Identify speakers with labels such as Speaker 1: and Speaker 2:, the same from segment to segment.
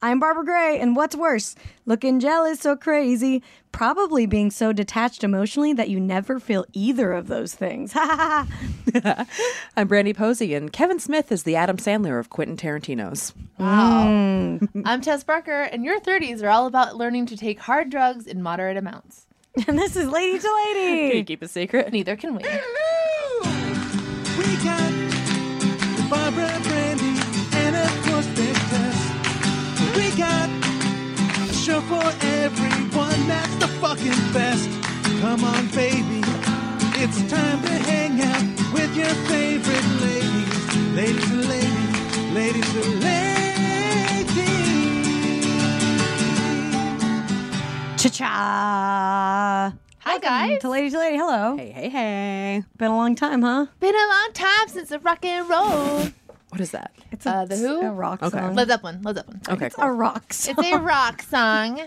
Speaker 1: I'm Barbara Gray, and what's worse, looking jealous so crazy, probably being so detached emotionally that you never feel either of those things. Ha ha ha.
Speaker 2: I'm Brandy Posey, and Kevin Smith is the Adam Sandler of Quentin Tarantino's. Mm.
Speaker 3: I'm Tess Barker, and your 30s are all about learning to take hard drugs in moderate amounts.
Speaker 1: And this is Lady to Lady.
Speaker 2: keep a secret?
Speaker 3: Neither can we.
Speaker 4: We got Barbara Brandy and of course Big Tess. We got a show for everyone that's the fucking best. Come on, baby. It's time to hang out with your favorite ladies. Ladies and ladies, ladies and ladies.
Speaker 1: Cha cha.
Speaker 3: Hi, guys.
Speaker 1: To Lady to Lady, hello.
Speaker 2: Hey, hey, hey.
Speaker 1: Been a long time, huh?
Speaker 3: Been a long time since the rock and roll.
Speaker 2: What is that?
Speaker 1: It's
Speaker 3: Uh, The Who?
Speaker 1: A rock
Speaker 2: Okay.
Speaker 1: song.
Speaker 3: Led up one. Led up one. Sorry.
Speaker 2: Okay,
Speaker 1: a
Speaker 2: cool.
Speaker 1: rock song.
Speaker 3: It's a rock song.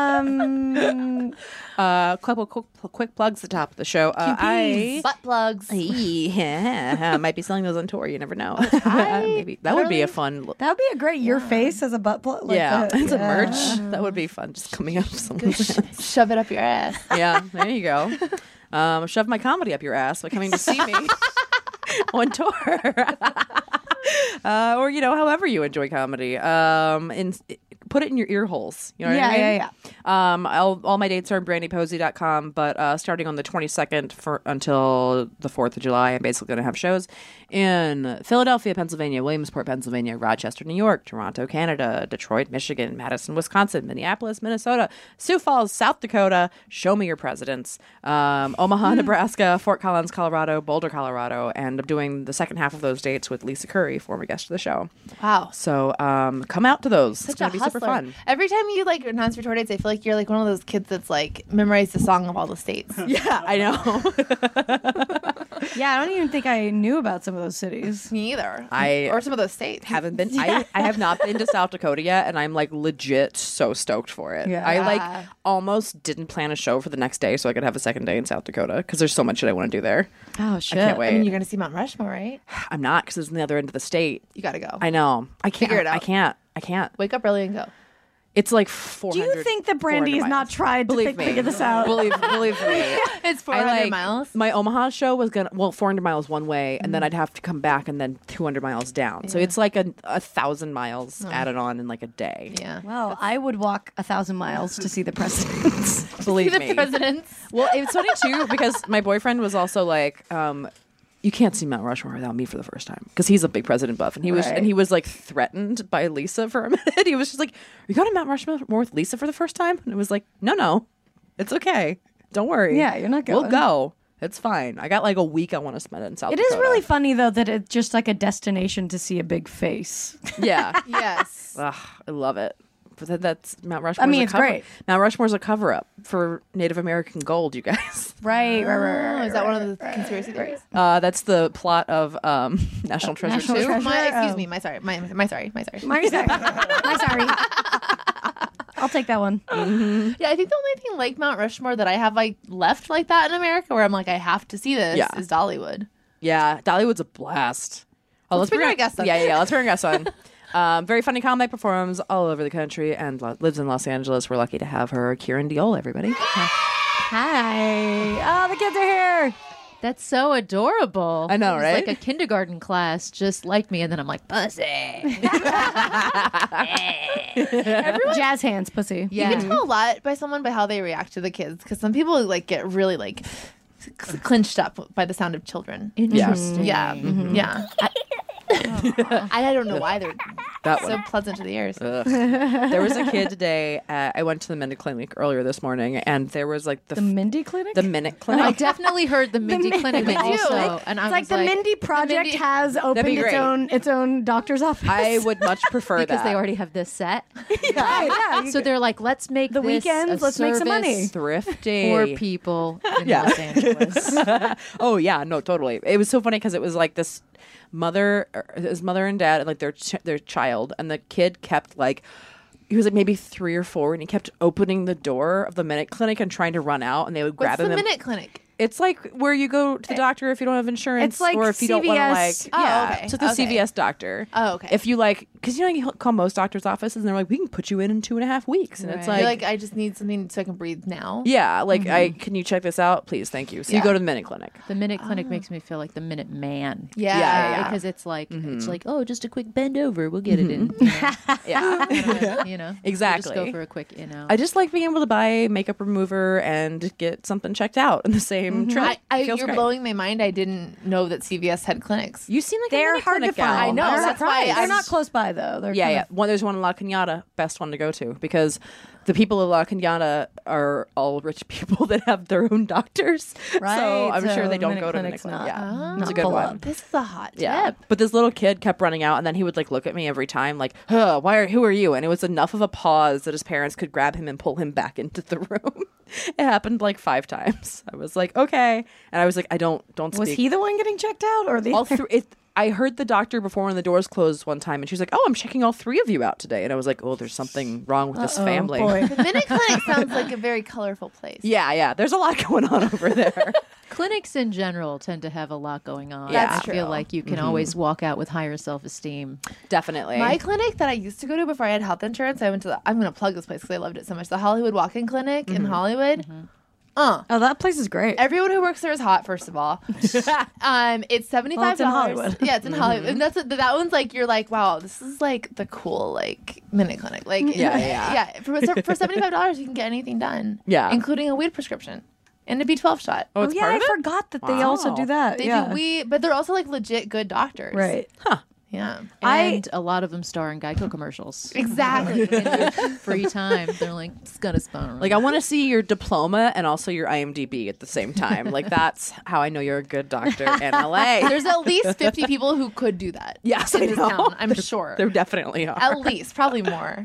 Speaker 1: Um,
Speaker 2: Uh, couple quick, quick plugs at the top of the show. Uh, I
Speaker 3: Butt plugs.
Speaker 2: yeah, might be selling those on tour. You never know. Maybe that would be a fun.
Speaker 1: that would be a great your face as a butt plug. Like
Speaker 2: yeah,
Speaker 1: that.
Speaker 2: it's a
Speaker 1: Yeah.
Speaker 2: merch. That would be fun. Just coming up someone's
Speaker 3: Shove it up your ass.
Speaker 2: yeah, there you go. Um, shove my comedy up your ass by coming to see me on tour. uh, or, you know, however you enjoy comedy. Um, and put it in your ear holes. You know what
Speaker 1: Yeah,
Speaker 2: I mean?
Speaker 1: yeah,
Speaker 2: yeah. Um, I'll, all my dates are on brandyposey.com, but uh, starting on the 22nd for, until the 4th of July, I'm basically going to have shows in Philadelphia, Pennsylvania, Williamsport, Pennsylvania, Rochester, New York, Toronto, Canada, Detroit, Michigan, Madison, Wisconsin, Minneapolis, Minnesota, Sioux Falls, South Dakota, Show Me Your Presidents, um,
Speaker 3: Hmm.
Speaker 2: Omaha, Nebraska, Fort Collins, Colorado, Boulder, Colorado, and I'm doing the second half of those dates with Lisa Curry, former guest of the show.
Speaker 3: Wow.
Speaker 2: So um, come out to those. it's
Speaker 3: Such
Speaker 2: going
Speaker 3: a
Speaker 2: to be super
Speaker 3: hustler.
Speaker 2: fun.
Speaker 3: Every time you like announce your tour dates, I feel like you're like one of those kids that's like memorized the song of all the states.
Speaker 2: Yeah, I know.
Speaker 1: Yeah, I don't even think I knew about some of those cities.
Speaker 3: Me either.
Speaker 2: I-
Speaker 3: or some of those states.
Speaker 2: haven't been I, I have not been to South Dakota yet and I'm like legit so stoked for it.
Speaker 1: Yeah.
Speaker 2: I like almost didn't plan a show for the next day so I could have a second day in South Dakota because there's so much that I want to do there.
Speaker 1: Oh shit!
Speaker 2: I can't
Speaker 3: I mean,
Speaker 2: wait.
Speaker 3: you're gonna see Mount Rushmore, right?
Speaker 2: I'm not because it's in the other end of the state.
Speaker 3: You gotta go.
Speaker 2: I know. I can't.
Speaker 3: Figure it
Speaker 2: I
Speaker 3: out.
Speaker 2: can't. I can't.
Speaker 3: Wake up early and go.
Speaker 2: It's like 400.
Speaker 1: Do you think that Brandy
Speaker 2: 400
Speaker 1: has not
Speaker 2: miles.
Speaker 1: tried to
Speaker 2: Believe
Speaker 1: fi-
Speaker 2: me.
Speaker 1: figure this out?
Speaker 2: Believe, believe me.
Speaker 3: It's
Speaker 2: I
Speaker 3: 400
Speaker 2: like-
Speaker 3: miles.
Speaker 2: My Omaha show was gonna well, 400 miles one way, and
Speaker 1: Mm.
Speaker 2: then I'd have to come back and then 200 miles down. So it's like a, a thousand miles
Speaker 1: Oh.
Speaker 2: added on in like a day.
Speaker 3: Yeah.
Speaker 1: Well, I would walk a thousand miles to see the president.
Speaker 2: Believe
Speaker 3: the
Speaker 2: me.
Speaker 3: presidents.
Speaker 2: Well, it was funny too because my boyfriend was also like, um, "You can't see Mount Rushmore without me for the first time," because he's a big President buff, and he was and he was like threatened by Lisa for a minute. He was just like, "Are you going to Mount Rushmore with Lisa for the first time?" And it was like, "No, no, it's okay. Don't worry.
Speaker 1: Yeah, you're not
Speaker 2: We'll
Speaker 1: going."
Speaker 2: go. It's fine. I got like a week. I want to spend it in South.
Speaker 1: it is
Speaker 2: Dakota."
Speaker 1: really funny though that it's just like a destination to see a big face.
Speaker 2: yeah.
Speaker 3: Yes.
Speaker 2: Ugh, I love it. But that, that's Mount Rushmore.
Speaker 1: mean,
Speaker 2: a
Speaker 1: it's
Speaker 2: cover-
Speaker 1: great.
Speaker 2: Mount Rushmore's a cover up for Native American gold, you guys.
Speaker 1: Right, right, right.
Speaker 3: Oh, is that one of the conspiracy theories?
Speaker 2: Uh, that's the plot of um, National Treasure
Speaker 1: National
Speaker 2: too.
Speaker 1: Treasure.
Speaker 3: My, excuse
Speaker 1: Oh.
Speaker 3: me. My sorry. My, my sorry. My sorry.
Speaker 1: My sorry. My sorry. I'll take that one.
Speaker 3: yeah, I think the only thing like Mount Rushmore that I have like left like that in America, where I'm like, I have to see this,
Speaker 2: Yeah.
Speaker 3: is Dollywood.
Speaker 2: Yeah, Dollywood's a blast. Oh, let's,
Speaker 3: bring our guest on.
Speaker 2: Yeah, yeah, yeah, let's bring our guest on. Um, very funny comic performs all over the country and lo- lives in Los Angeles. We're lucky to have her, Kieran Diol. Everybody,
Speaker 1: Hi. Oh, the kids are here.
Speaker 5: That's so adorable.
Speaker 2: I know,
Speaker 5: It was
Speaker 2: right?
Speaker 5: Like a kindergarten class, just like me, and then I'm like, pussy.
Speaker 1: Jazz hands, pussy.
Speaker 3: You can tell a lot by someone by how they react to the kids, because some people like get really like c- clinched up by the sound of children.
Speaker 2: Mm-hmm.
Speaker 5: Interesting.
Speaker 3: Yeah, yeah. I, I don't know why they're
Speaker 2: that
Speaker 3: so
Speaker 2: one. Uh,
Speaker 3: pleasant to the ears.
Speaker 2: there was a kid today. Uh, I went to the Minute Clinic earlier this morning, and there was like the
Speaker 1: The
Speaker 2: f-
Speaker 1: Mindy Clinic?
Speaker 2: the Minute
Speaker 5: I
Speaker 2: Clinic.
Speaker 5: definitely heard the Mindy Clinic also, and I
Speaker 1: it's
Speaker 5: was
Speaker 1: like the Mindy Project
Speaker 5: Mindy-
Speaker 1: has opened
Speaker 2: be
Speaker 1: its
Speaker 2: great.
Speaker 1: own its own doctor's office.
Speaker 2: I would much prefer
Speaker 5: because
Speaker 2: that.
Speaker 5: they already have this set.
Speaker 1: yeah, yeah. you
Speaker 5: So they're like, let's make
Speaker 1: The
Speaker 5: this
Speaker 1: weekends,
Speaker 5: a
Speaker 1: let's make some money.
Speaker 5: service
Speaker 2: thrifty
Speaker 5: for people in
Speaker 2: Yeah.
Speaker 5: Los Angeles.
Speaker 2: oh yeah, no, totally. It was so funny because it was like this mother, or his mother and dad, and like their ch- their child, and the kid kept like. He was like maybe three or four, and he kept opening the door of the Minute Clinic and trying to run out, and they would grab
Speaker 3: What's
Speaker 2: him.
Speaker 3: the
Speaker 2: and-
Speaker 3: Minute Eh, Clinic?
Speaker 2: It's like where you go to the doctor if you don't have insurance,
Speaker 1: It's like
Speaker 2: or if you don't want to like.
Speaker 1: CVS.
Speaker 3: Oh,
Speaker 2: yeah,
Speaker 3: okay.
Speaker 2: to the
Speaker 3: Okay.
Speaker 2: CVS doctor.
Speaker 3: Oh, okay.
Speaker 2: If you like, because you know you call most doctors' offices and they're like, we can put you in in two and a half weeks, and it's
Speaker 5: Right.
Speaker 2: like,
Speaker 3: You're like, I just need something so I can breathe now.
Speaker 2: yeah, like I can you check this out, please, thank you. So you
Speaker 3: Yeah.
Speaker 2: go to the minute clinic.
Speaker 5: The Minute Clinic makes me feel like the Minute Man.
Speaker 3: Yeah.
Speaker 2: Yeah, Mm-hmm. yeah,
Speaker 5: Because it's like it's like oh just a quick bend over we'll get it in you
Speaker 2: Yeah.
Speaker 5: know, you know
Speaker 2: Mm-hmm. Exactly.
Speaker 5: just go for a quick in out
Speaker 2: I just like being able to buy makeup remover and get something checked out in the same trip.
Speaker 3: I, Mm-hmm. I,
Speaker 2: Feels
Speaker 3: you're
Speaker 2: great.
Speaker 3: blowing my mind. I didn't know that CVS had clinics.
Speaker 2: You seem like a
Speaker 1: They're
Speaker 2: mini
Speaker 1: hard to
Speaker 2: clinic gal.
Speaker 1: find.
Speaker 3: I know,
Speaker 1: I'm
Speaker 3: that's why
Speaker 1: surprised.
Speaker 3: I
Speaker 1: They're not
Speaker 3: was-
Speaker 1: close by though. They're
Speaker 2: Yeah,
Speaker 1: kind
Speaker 2: yeah.
Speaker 1: of-
Speaker 2: One, there's one in La Cunada, best one to go to because the people of La Cunada are all rich people that have their own doctors.
Speaker 1: Right,
Speaker 2: So I'm
Speaker 1: so
Speaker 2: sure they
Speaker 1: the
Speaker 3: um,
Speaker 2: don't
Speaker 1: Minute
Speaker 2: go to
Speaker 1: Clinic's
Speaker 2: clinics.
Speaker 1: not-
Speaker 2: Yeah,
Speaker 3: Ah.
Speaker 1: not
Speaker 2: it's a good
Speaker 1: full
Speaker 2: one.
Speaker 1: up.
Speaker 3: This is a hot tip.
Speaker 2: Yeah. But this little kid kept running out, and then he would like look at me every time, like, huh, "Why are who are you?" And it was enough of a pause that his parents could grab him and pull him back into the room. it happened like five times. I was like, "Okay," and I was like, "I don't don't
Speaker 1: Was
Speaker 2: speak."
Speaker 1: he the one getting checked out or the
Speaker 2: all three? It, I heard the doctor before when the doors closed one time, and she was like, "Oh, I'm checking all three of you out today," and I was like, "Oh, there's something wrong with this
Speaker 1: Oh,
Speaker 2: family."
Speaker 1: boy.
Speaker 3: The Minute Clinic sounds like a very colorful place.
Speaker 2: Yeah, yeah. There's a lot going on over there.
Speaker 5: clinics in general tend to have a lot going on
Speaker 2: Yeah.
Speaker 5: I
Speaker 2: That's
Speaker 5: feel like you can always walk out with higher self esteem
Speaker 2: Definitely.
Speaker 3: My clinic that I used to go to before I had health insurance, I went to the, I'm going to plug this place because I loved it so much. The Hollywood Walk In Clinic in Hollywood. Uh,
Speaker 1: Oh, that place is great.
Speaker 3: everyone who works there is hot, first of all. um, it's $75.
Speaker 1: Well, it's in Hollywood.
Speaker 3: Yeah, it's in Hollywood. And that's that one's like, you're like, wow, this is like the cool, like, minute clinic. Like,
Speaker 2: Yeah, yeah.
Speaker 3: yeah. For, for $75, you can get anything done.
Speaker 2: Yeah.
Speaker 3: Including a weed prescription and a B12 shot.
Speaker 2: oh,
Speaker 1: oh,
Speaker 2: it's
Speaker 1: yeah,
Speaker 2: part
Speaker 1: I
Speaker 2: of it?
Speaker 1: forgot that they also
Speaker 2: Wow.
Speaker 1: do that.
Speaker 3: They
Speaker 1: yeah.
Speaker 3: do weed, but they're also like legit good doctors.
Speaker 1: right.
Speaker 3: Yeah.
Speaker 1: I-
Speaker 5: and a lot of them star in Geico commercials
Speaker 3: Exactly.
Speaker 5: free time they're like it's gonna spawn
Speaker 2: Like I want to see your diploma and also your IMDb at the same time. Like that's how I know you're a good doctor in LA.
Speaker 3: There's at least 50 people who could do that.
Speaker 2: yes,
Speaker 3: In
Speaker 2: I
Speaker 3: this
Speaker 2: know.
Speaker 3: town, I'm
Speaker 2: There-
Speaker 3: sure.
Speaker 2: There definitely are.
Speaker 3: At least, probably more.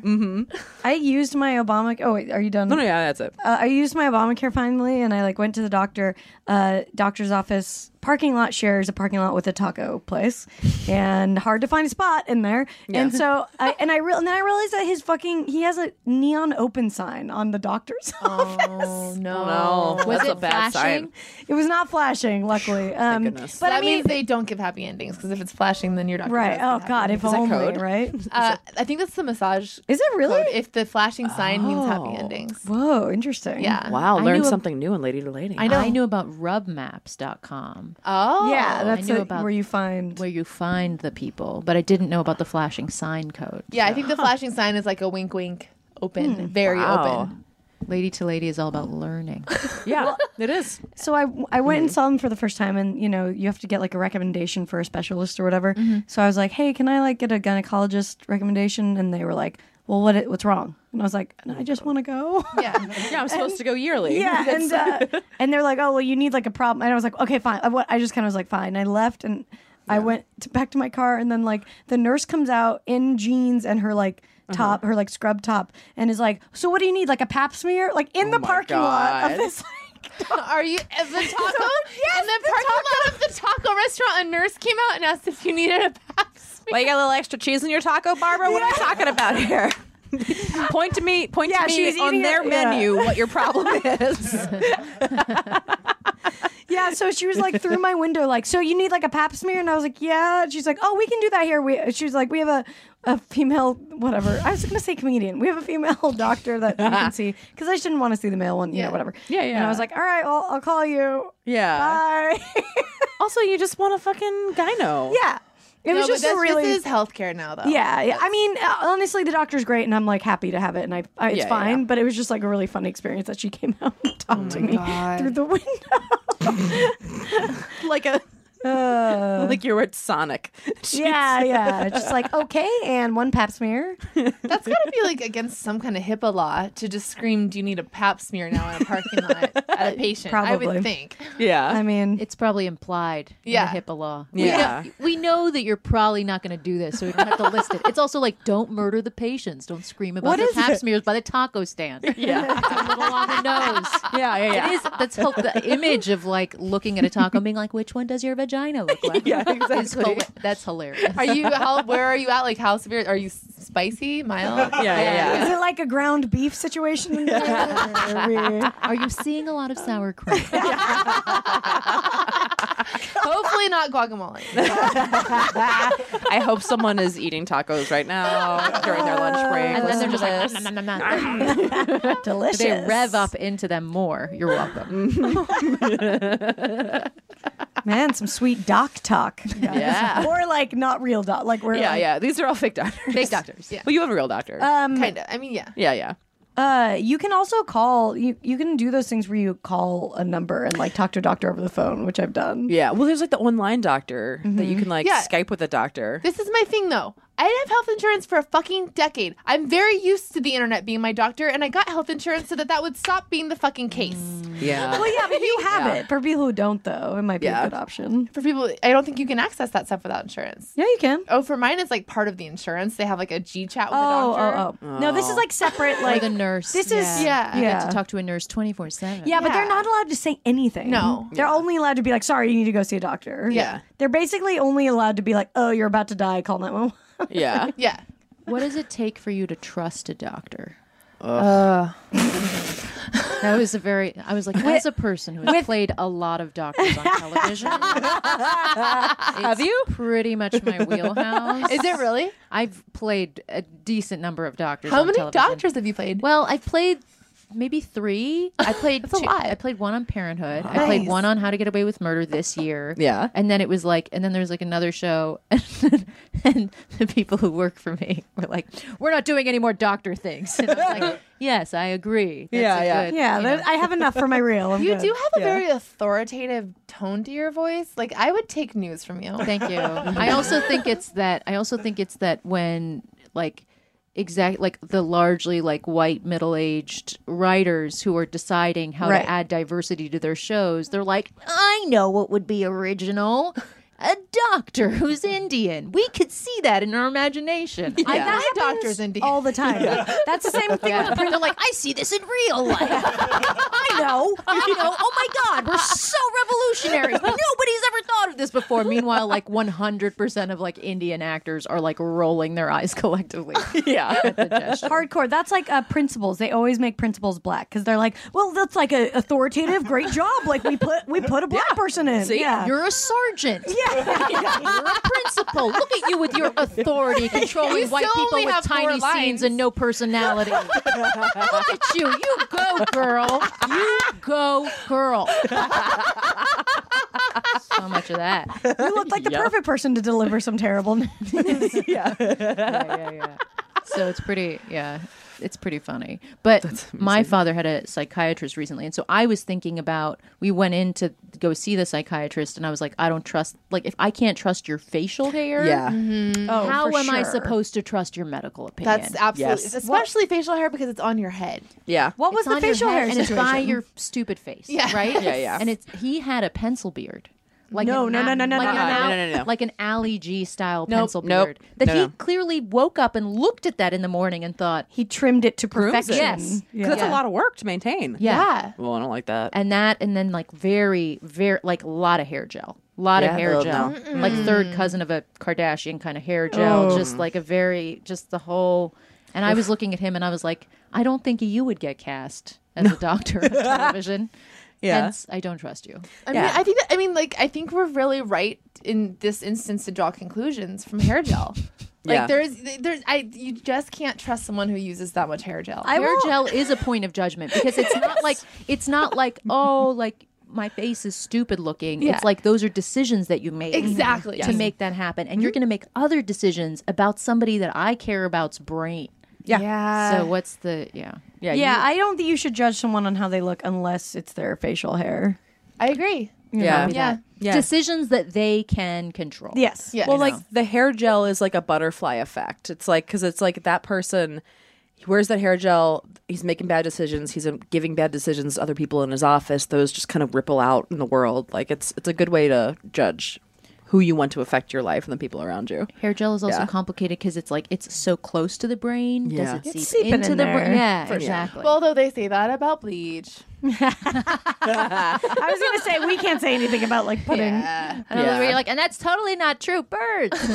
Speaker 1: I used my Obama. Oh wait, are you done?
Speaker 2: no, no, yeah, that's it.
Speaker 1: uh, I used my Obamacare finally, and I like went to the doctor, uh, doctor's office parking lot shares a parking lot with a taco place, and hard to find a spot in there. And so, I, and I real and then I realized that his fucking he has a neon open sign on the doctor's
Speaker 2: Oh.
Speaker 1: office.
Speaker 2: No,
Speaker 5: was
Speaker 2: that's
Speaker 5: it
Speaker 2: a bad
Speaker 5: flashing?
Speaker 2: sign.
Speaker 1: It was not flashing, luckily. Um,
Speaker 2: goodness.
Speaker 1: But
Speaker 3: that
Speaker 1: I mean,
Speaker 3: means they don't give happy endings because if it's flashing, then you're not
Speaker 1: right? Oh God, if only
Speaker 2: code?
Speaker 1: right.
Speaker 3: Uh, I think that's the massage.
Speaker 1: Is it really?
Speaker 3: code, If the flashing sign means happy
Speaker 2: Oh.
Speaker 3: endings.
Speaker 1: Whoa, interesting.
Speaker 3: Yeah.
Speaker 2: Wow,
Speaker 5: I
Speaker 2: learn
Speaker 5: knew a-
Speaker 2: something new in Lady to Lady.
Speaker 3: I know.
Speaker 5: I knew about rubmaps.com
Speaker 3: Oh.
Speaker 1: yeah. That's
Speaker 5: knew
Speaker 1: a,
Speaker 5: about-
Speaker 1: where you find.
Speaker 5: where you find the people but I didn't know about the flashing sign code
Speaker 3: Yeah, I think the flashing sign is like a wink, wink, open,
Speaker 1: Hmm.
Speaker 3: very
Speaker 2: Wow.
Speaker 3: open.
Speaker 5: lady to lady is all about learning
Speaker 2: Yeah, it is.
Speaker 1: So I, I went and saw them for the first time, and you know you have to get like a recommendation for a specialist or whatever. So I was like, hey, can I like get a gynecologist recommendation? And they were like, well, what it- what's wrong? And I was like, I just want to go.
Speaker 3: Yeah.
Speaker 2: Yeah, I'm supposed to go yearly.
Speaker 1: yeah, and uh, and they're like, oh well, you need like a problem. And I was like, okay, fine. I, what, I just kind of was like, fine. And I left and I went to, back to my car, and then like the nurse comes out in jeans and her like top, her like scrub top, and is like, so what do you need? Like a pap smear? Like in the
Speaker 2: my
Speaker 1: parking lot of
Speaker 2: God.
Speaker 1: this.
Speaker 3: Are you at the taco? in the, parking lot of the taco restaurant, a nurse came out and asked if you needed a pap smear.
Speaker 2: Well, you got a little extra cheese in your taco, Barbara? What are we talking about here? point to me, point
Speaker 1: Yeah,
Speaker 2: to
Speaker 1: she
Speaker 2: me
Speaker 1: was
Speaker 2: on
Speaker 1: eating
Speaker 2: their
Speaker 1: it- yeah.
Speaker 2: menu what your problem is.
Speaker 1: Yeah, so she was like through my window, like, so you need like a pap smear, and I was like, yeah. And she's like, oh, we can do that here. We, she was like, we have a, a female whatever. I was gonna say comedian. We have a female doctor that you can see because I just didn't want to see the male one. You
Speaker 3: Yeah.
Speaker 1: know, whatever.
Speaker 2: Yeah,
Speaker 1: And
Speaker 2: yeah.
Speaker 1: I was like, all right, well, I'll call you.
Speaker 2: yeah.
Speaker 1: Bye.
Speaker 2: also, you just want a fucking gyno.
Speaker 1: yeah, it was
Speaker 3: No, but
Speaker 1: just a
Speaker 3: that's-
Speaker 1: really.
Speaker 3: This is healthcare now, though.
Speaker 1: yeah, yeah. I mean, uh, honestly, the doctor's great, and I'm like happy to have it, and I, I it's
Speaker 2: Yeah, yeah,
Speaker 1: fine.
Speaker 2: yeah.
Speaker 1: But it was just like a really fun experience that she came out and talked to me through the window.
Speaker 2: Like a
Speaker 1: Uh,
Speaker 2: like you were at Sonic. She's-
Speaker 1: Yeah, yeah. Just like, okay, and one pap smear.
Speaker 3: That's gotta be like against some kind of HIPAA law to just scream, "Do you need a pap smear now in a parking lot at a patient?" I
Speaker 1: Probably.
Speaker 3: would think.
Speaker 2: Yeah.
Speaker 1: I mean,
Speaker 5: It's probably implied
Speaker 3: Yeah.
Speaker 5: in the HIPAA law.
Speaker 2: Yeah.
Speaker 5: We know, we know that you're probably not going to do this, so we don't have to list it. It's also like, don't murder the patients. Don't scream about
Speaker 2: What
Speaker 5: the
Speaker 2: is
Speaker 5: pap
Speaker 2: it?
Speaker 5: smears by the taco stand. It's
Speaker 2: yeah.
Speaker 5: a little on the nose.
Speaker 2: Yeah, yeah, yeah.
Speaker 5: It is, that's hel- the image of like looking at a taco and being like, which one does your vagina look like?
Speaker 2: Yeah,
Speaker 5: Is
Speaker 2: exactly.
Speaker 5: hila- that's hilarious.
Speaker 3: Are you? How? Where are you at? Like, how severe? Are you s- spicy, mild.
Speaker 2: yeah, yeah,
Speaker 1: Is it like a ground beef situation? Or we-
Speaker 5: Are you seeing a lot of sour cream?
Speaker 3: Hopefully not guacamole.
Speaker 2: I hope someone is eating tacos right now during their lunch break.
Speaker 5: and then they're
Speaker 2: Listen
Speaker 5: just
Speaker 2: to
Speaker 5: like,
Speaker 2: this.
Speaker 5: "Nom, nom, nom, nom, nom."
Speaker 1: Delicious.
Speaker 5: they rev up into them more. You're welcome.
Speaker 1: Man, some sweet doc talk.
Speaker 2: Yeah.
Speaker 1: or like not real doc. Like we're
Speaker 2: Yeah,
Speaker 1: like,
Speaker 2: yeah. These are all fake doctors.
Speaker 5: Fake doctors.
Speaker 3: Yeah.
Speaker 2: Well, you have a real doctor.
Speaker 1: Um,
Speaker 3: Kinda. I mean, yeah.
Speaker 2: yeah, yeah.
Speaker 1: uh, you can also call. You you can do those things where you call a number and like talk to a doctor over the phone, which I've done.
Speaker 2: Yeah. Well, there's like the online doctor that you can like
Speaker 3: Yeah.
Speaker 2: Skype with a doctor.
Speaker 3: This is my thing though. I didn't have health insurance for a fucking decade. I'm very used to the internet being my doctor, and I got health insurance so that that would stop being the fucking case.
Speaker 2: Yeah.
Speaker 1: Well, yeah, but you have
Speaker 2: Yeah.
Speaker 1: it. For people who don't, though, it might be
Speaker 2: Yeah.
Speaker 1: a good option.
Speaker 3: For people, I don't think you can access that stuff without insurance.
Speaker 1: Yeah, you can.
Speaker 3: Oh, for mine, it's like part of the insurance. They have like a G chat with
Speaker 1: Oh,
Speaker 3: the doctor.
Speaker 1: oh, oh. No, this is like separate.
Speaker 5: Or
Speaker 1: Like
Speaker 5: the nurse.
Speaker 1: This is
Speaker 3: Yeah.
Speaker 5: You
Speaker 1: yeah.
Speaker 5: get to talk to a nurse 24 7.
Speaker 1: Yeah, but they're
Speaker 3: Yeah.
Speaker 1: not allowed to say anything.
Speaker 3: No.
Speaker 1: They're only allowed to be like, sorry, you need to go see a doctor.
Speaker 3: Yeah.
Speaker 1: They're basically only allowed to be like, oh, you're about to die, call 911.
Speaker 2: yeah.
Speaker 3: Yeah.
Speaker 5: What does it take for you to trust a doctor? That was a very. I was like, as a person who has played a lot of doctors on television, have
Speaker 2: you?
Speaker 5: Pretty much my wheelhouse.
Speaker 3: Is it really?
Speaker 5: I've played a decent number of doctors.
Speaker 3: How
Speaker 5: on
Speaker 3: many
Speaker 5: television.
Speaker 3: doctors have you played?
Speaker 5: Well, I played maybe three. I played
Speaker 3: a
Speaker 5: two.
Speaker 3: lot.
Speaker 5: I played one on Parenthood. I played
Speaker 1: Nice.
Speaker 5: one on How to Get Away with Murder this year.
Speaker 2: Yeah.
Speaker 5: And then it was like, and then there's like another show, and, the people who work for me were like, "We're not doing any more doctor things." And I was like, "Yes, I agree." That's
Speaker 2: Yeah,
Speaker 5: a
Speaker 2: yeah.
Speaker 5: good,
Speaker 1: Yeah,
Speaker 5: you
Speaker 1: that-
Speaker 5: know.
Speaker 1: I have enough for my reel. I'm
Speaker 3: you
Speaker 1: good.
Speaker 3: do have a very authoritative tone to your voice. Like I would take news from you.
Speaker 5: Thank you. I also think it's that. I also think it's that when like exact like the largely like white middle-aged writers who are deciding how
Speaker 1: Right.
Speaker 5: to add diversity to their shows, they're like, I know what would be original. A doctor who's Indian. We could see that in our imagination. I,
Speaker 1: That
Speaker 3: My
Speaker 1: happens
Speaker 3: doctor's Indian.
Speaker 1: all the time. That's the same thing.
Speaker 5: yeah. They're like, I see this in real life.
Speaker 1: I know.
Speaker 5: I know. Oh my God, we're so revolutionary. Nobody's ever thought of this before. Meanwhile, like 100% of like Indian actors are like rolling their eyes collectively.
Speaker 2: Yeah.
Speaker 5: at the gesture.
Speaker 1: Hardcore. That's like uh, principles. They always make principles black because they're like, well, that's like a authoritative. Great job. Like we put we put a black person in.
Speaker 2: See?
Speaker 1: yeah.
Speaker 5: You're a sergeant.
Speaker 1: yeah.
Speaker 5: You're a principal. Look at you with your authority controlling
Speaker 3: You
Speaker 5: white
Speaker 3: still
Speaker 5: people
Speaker 3: only
Speaker 5: with
Speaker 3: have four
Speaker 5: tiny
Speaker 3: lines.
Speaker 5: scenes and no personality. Look at you. You go, girl. You go, girl. so much of that.
Speaker 1: You look like the perfect person to deliver some terrible.
Speaker 5: yeah, yeah, yeah. So it's pretty, yeah, it's pretty funny. But my father had a psychiatrist recently, and so I was thinking about we went in to go see the psychiatrist, and I was like, I don't trust, like, if I can't trust your facial hair,
Speaker 2: Yeah.
Speaker 1: oh,
Speaker 5: how
Speaker 1: for
Speaker 5: am I
Speaker 1: sure.
Speaker 5: supposed to trust your medical opinion?
Speaker 3: That's absolutely,
Speaker 2: Yes.
Speaker 3: especially facial hair because it's on your head.
Speaker 2: Yeah.
Speaker 1: What was
Speaker 5: It's
Speaker 1: the
Speaker 5: on your
Speaker 1: facial
Speaker 5: head
Speaker 1: hair
Speaker 5: and
Speaker 1: situation?
Speaker 5: it's by your stupid face,
Speaker 3: Yeah.
Speaker 5: right?
Speaker 2: Yeah, yeah.
Speaker 5: And it's he had a pencil beard. Like
Speaker 1: No,
Speaker 5: an
Speaker 1: no, no,
Speaker 5: Al-
Speaker 1: no, no,
Speaker 5: like
Speaker 1: no,
Speaker 5: an
Speaker 2: no,
Speaker 5: Al-
Speaker 2: no, no, no.
Speaker 5: like an Ali G style pencil
Speaker 2: nope,
Speaker 5: beard that
Speaker 2: no,
Speaker 5: he
Speaker 2: no.
Speaker 5: clearly woke up and looked at that in the morning and thought,
Speaker 1: he trimmed it to perfection.
Speaker 5: Yes.
Speaker 2: Because that's a lot of work to maintain.
Speaker 5: yeah,
Speaker 3: Yeah.
Speaker 2: Well, I don't like that.
Speaker 5: and that and then like very very like a lot of hair gel a lot of
Speaker 2: Yeah.
Speaker 5: hair
Speaker 2: Oh,
Speaker 5: gel
Speaker 2: no.
Speaker 5: like third
Speaker 3: Mm.
Speaker 5: cousin of a kardashian kind of hair gel
Speaker 2: Oh.
Speaker 5: just like a very just the whole and i was looking at him and i was like i don't think you would get cast as a doctor on television
Speaker 2: Yeah.
Speaker 5: Hence, i don't trust you
Speaker 3: I mean,
Speaker 2: Yeah.
Speaker 3: I think that, I mean, like, I think we're really right in this instance to draw conclusions from hair gel. like,
Speaker 2: Yeah.
Speaker 3: there's, there's, I, you just can't trust someone who uses that much hair gel.
Speaker 1: I
Speaker 5: hair
Speaker 1: will-
Speaker 5: gel is a point of judgment because it's not like it's not like oh like my face is stupid looking
Speaker 3: Yeah.
Speaker 5: it's like those are decisions that you made
Speaker 3: Exactly.
Speaker 5: to
Speaker 3: Yes.
Speaker 5: make that happen and you're
Speaker 2: Mm-hmm.
Speaker 5: going to make other decisions about somebody that i care about's brain
Speaker 2: Yeah.
Speaker 5: so what's the yeah
Speaker 2: Yeah.
Speaker 1: Yeah, I don't think you should judge someone on how they look unless it's their facial hair.
Speaker 3: I agree.
Speaker 2: you- yeah.
Speaker 3: Yeah.
Speaker 2: Yeah.
Speaker 5: decisions that they can control.
Speaker 1: Yes.
Speaker 3: Yeah.
Speaker 2: Well, like the hair gel is like a butterfly effect. It's like because it's like that person he wears that hair gel. He's making bad decisions. He's um, giving bad decisions to other people in his office. Those just kind of ripple out in the world. Like it's it's a good way to judge who you want to affect your life and the people around you.
Speaker 5: Hair gel is also
Speaker 2: Yeah.
Speaker 5: complicated because it's like it's so close to the brain.
Speaker 2: Yeah.
Speaker 5: Does it
Speaker 1: It's
Speaker 5: seep
Speaker 1: seeping
Speaker 5: into
Speaker 1: in
Speaker 5: the
Speaker 1: there.
Speaker 5: brain? Yeah, exactly.
Speaker 3: Well, although they say that about bleach.
Speaker 1: I was going to say, we can't say anything about like putting.
Speaker 5: and
Speaker 2: yeah.
Speaker 5: you're like, and that's totally not true. Birds.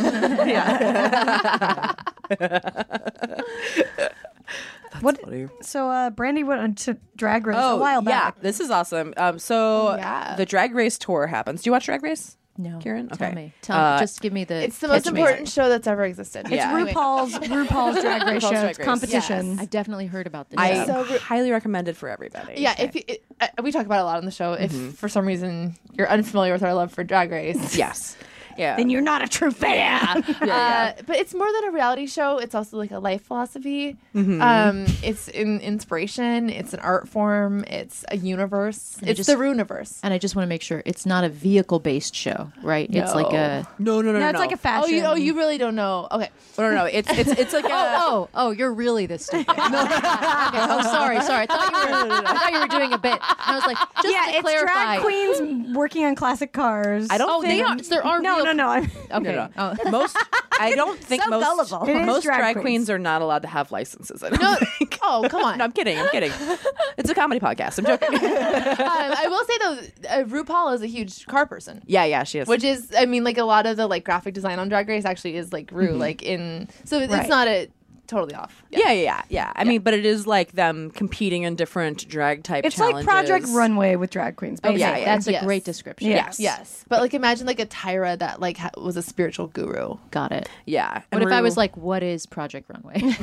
Speaker 1: what?
Speaker 2: funny.
Speaker 1: So, uh, Brandy went on to Drag Race a while
Speaker 2: Oh, yeah,
Speaker 1: back.
Speaker 2: this is awesome. Um, so
Speaker 3: yeah.
Speaker 2: the Drag Race tour happens. Do you watch Drag Race?
Speaker 5: No,
Speaker 2: Kieran?
Speaker 5: Tell
Speaker 2: Okay.
Speaker 5: me. Tell,
Speaker 2: Uh,
Speaker 5: just give me the.
Speaker 3: It's the most
Speaker 5: pitch me.
Speaker 3: important show that's ever existed.
Speaker 2: It's Yeah.
Speaker 3: Anyway.
Speaker 1: RuPaul's RuPaul's Drag Race
Speaker 2: RuPaul's
Speaker 1: show.
Speaker 2: Drag
Speaker 1: It's
Speaker 2: Race.
Speaker 1: competition.
Speaker 5: I've definitely heard about this.
Speaker 2: I
Speaker 5: show.
Speaker 3: So re-
Speaker 2: highly recommend it for everybody.
Speaker 3: Yeah, if you, it, uh, we talk about it a lot on the show. If
Speaker 2: Mm-hmm.
Speaker 3: for some reason you're unfamiliar with our love for Drag Race,
Speaker 2: Yes. Yeah.
Speaker 1: Then you're not a true fan.
Speaker 3: Uh, but it's more than a reality show. It's also like a life philosophy. Um, it's an inspiration. It's an art form. It's a universe.
Speaker 5: I
Speaker 3: it's
Speaker 5: just-
Speaker 3: the Runiverse.
Speaker 5: and I just want to make sure it's not a vehicle-based show, right? It's like a.
Speaker 2: no, no, no,
Speaker 1: no, it's like a
Speaker 3: Oh,
Speaker 1: fashion.
Speaker 3: you oh you really don't know. Okay,
Speaker 2: No, no, no. It's it's it's like a.
Speaker 5: Oh, oh, oh! You're really this stupid. Okay, Oh, sorry, sorry. I thought you were. I thought you were doing a bit. And I was like, just
Speaker 1: yeah,
Speaker 5: to
Speaker 1: it's
Speaker 5: clarify.
Speaker 1: drag queens working on classic cars.
Speaker 2: I don't
Speaker 5: Oh,
Speaker 2: think
Speaker 5: they are. There are
Speaker 1: No,
Speaker 5: real-
Speaker 1: no, no. I'm,
Speaker 5: Okay.
Speaker 2: No, no.
Speaker 5: Oh.
Speaker 2: Most I don't think
Speaker 1: So
Speaker 2: most
Speaker 1: gullible. It is
Speaker 2: most
Speaker 1: drag
Speaker 2: drag,
Speaker 1: queens.
Speaker 2: queens. are not allowed to have licenses. I don't think.
Speaker 3: Oh, come on.
Speaker 2: No, I'm kidding. I'm kidding. It's a comedy podcast. I'm joking.
Speaker 3: um, I will say though, uh, RuPaul is a huge car person.
Speaker 2: yeah, yeah, she is.
Speaker 3: Which is, I mean, like a lot of the like graphic design on Drag Race actually is like Ru, like in. So it's
Speaker 1: Right.
Speaker 3: not a totally off.
Speaker 2: yeah, yeah, yeah, yeah. I mean, but it is like them competing in different drag type.
Speaker 1: it's like
Speaker 2: challenges.
Speaker 1: Project Runway with drag queens. Basically.
Speaker 2: yeah, yeah.
Speaker 5: That's a
Speaker 3: Yes.
Speaker 5: great description.
Speaker 1: Yes.
Speaker 3: Yes, but like imagine like a Tyra that like ha- was a spiritual guru.
Speaker 5: Got it.
Speaker 2: Yeah.
Speaker 5: What
Speaker 2: And
Speaker 5: if I
Speaker 2: Rue-
Speaker 5: was like, what is Project Runway? just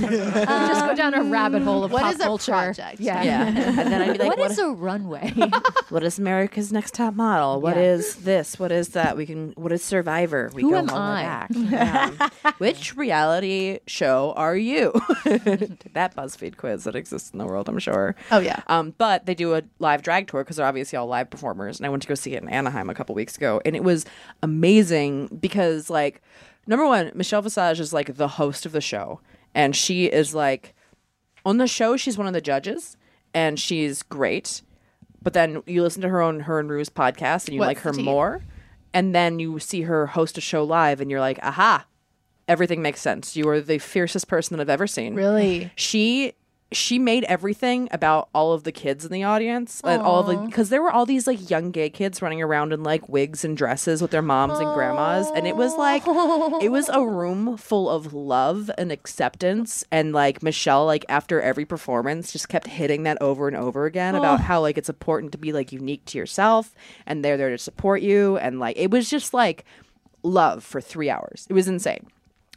Speaker 5: go down a rabbit hole of
Speaker 3: What
Speaker 5: pop
Speaker 3: is a
Speaker 5: culture.
Speaker 3: project?
Speaker 5: Yeah.
Speaker 2: Yeah. and then I'd be like,
Speaker 5: what is a runway?
Speaker 2: what is America's Next Top Model? What
Speaker 5: Yeah.
Speaker 2: is this? What is that? We can. What is Survivor? We
Speaker 5: Who
Speaker 2: go
Speaker 5: am
Speaker 2: all
Speaker 5: I?
Speaker 2: the way back. Yeah. Which reality show are you? Take that BuzzFeed quiz that exists in the world, I'm sure.
Speaker 3: Oh, yeah.
Speaker 2: Um, but they do a live drag tour because they're obviously all live performers, and I went to go see it in Anaheim a couple weeks ago, and it was amazing because like number one, Michelle Visage is like the host of the show, and she is like on the show she's one of the judges and she's great but then you listen to her on her and rue's podcast and you
Speaker 3: What's
Speaker 2: like her
Speaker 3: the tea?
Speaker 2: more and then you see her host a show live and you're like aha everything makes sense you are the fiercest person that i've ever seen
Speaker 3: Really?
Speaker 2: she she made everything about all of the kids in the audience and all of the because there were all these like young gay kids running around in like wigs and dresses with their moms and grandmas and it was like it was a room full of love and acceptance and like michelle like after every performance just kept hitting that over and over again about how like it's important to be like unique to yourself and they're there to support you and like it was just like love for three hours it was insane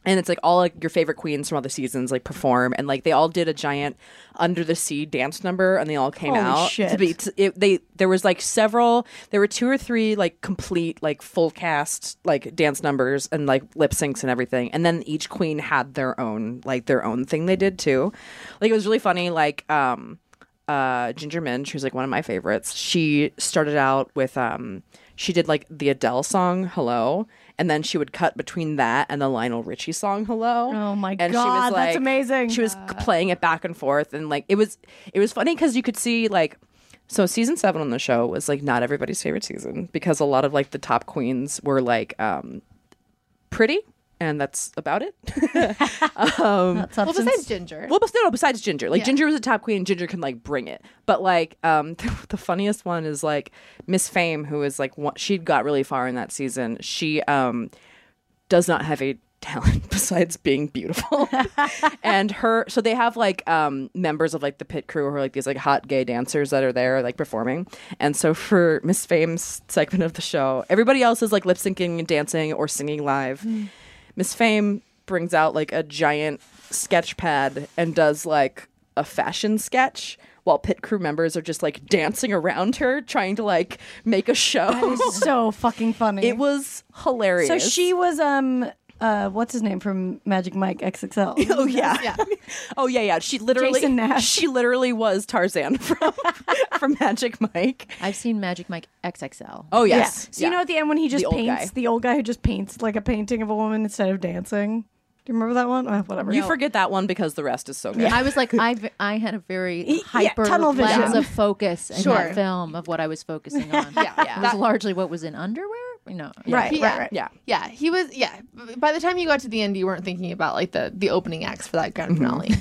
Speaker 2: and it's like all like your favorite queens from other seasons like perform and like they all did a giant under the sea dance number and they all came
Speaker 1: Holy
Speaker 2: out
Speaker 1: shit.
Speaker 2: to be t- it, they there was like several there were two or three like complete like full cast like dance numbers and like lip syncs and everything and then each queen had their own like their own thing they did too like it was really funny like um uh, Ginger Minj, who's like one of my favorites, she started out with um, she did like the Adele song "Hello," and then she would cut between that and the Lionel Richie song "Hello."
Speaker 1: Oh my
Speaker 2: and
Speaker 1: God, that's amazing.
Speaker 2: She was playing it back and forth, and like it was it was funny because you could see like. So season seven on the show was like not everybody's favorite season because a lot of like the top queens were like um pretty and that's about it.
Speaker 3: Well, besides Ginger.
Speaker 2: Well, bes- no, no, besides Ginger. Like Ginger was a top queen. Ginger can like bring it. But like, um, the funniest one is like Miss Fame, who is like one, she got really far in that season. She um does not have a talent besides being beautiful. and her so they have like um members of like the pit crew who are like these like hot gay dancers that are there like performing. And so for Miss Fame's segment of the show, everybody else is like lip syncing and dancing or singing live. Miss Fame brings out like a giant sketch pad and does like a fashion sketch while pit crew members are just like dancing around her trying to like make a show.
Speaker 1: so fucking funny.
Speaker 2: It was hilarious.
Speaker 1: Oh So she was um uh what's his name from Magic Mike XXL.
Speaker 2: Oh yeah. oh yeah, yeah. She literally
Speaker 1: Jason Nash.
Speaker 2: she literally was Tarzan from from Magic Mike.
Speaker 5: I've seen Magic Mike XXL.
Speaker 2: Oh
Speaker 1: Yeah.
Speaker 2: yes.
Speaker 1: So you know at the end when he just
Speaker 2: The old
Speaker 1: paints
Speaker 2: guy.
Speaker 1: the old guy who just paints like a painting of a woman instead of dancing. Do you remember that one? Uh, whatever.
Speaker 2: you forget that one because the rest is so good.
Speaker 5: I was like, I, v- I had a very
Speaker 1: yeah,
Speaker 5: hyper
Speaker 1: tunnel vision.
Speaker 5: lens of focus in
Speaker 3: Sure.
Speaker 5: that film of what I was focusing on.
Speaker 3: Yeah, yeah.
Speaker 5: It was largely what was in underwear, you know.
Speaker 1: Right,
Speaker 3: He-
Speaker 1: right, right.
Speaker 2: Yeah.
Speaker 3: Yeah, he was. Yeah, B- by the time you got to the end, you weren't thinking about like the the opening acts for that grand finale.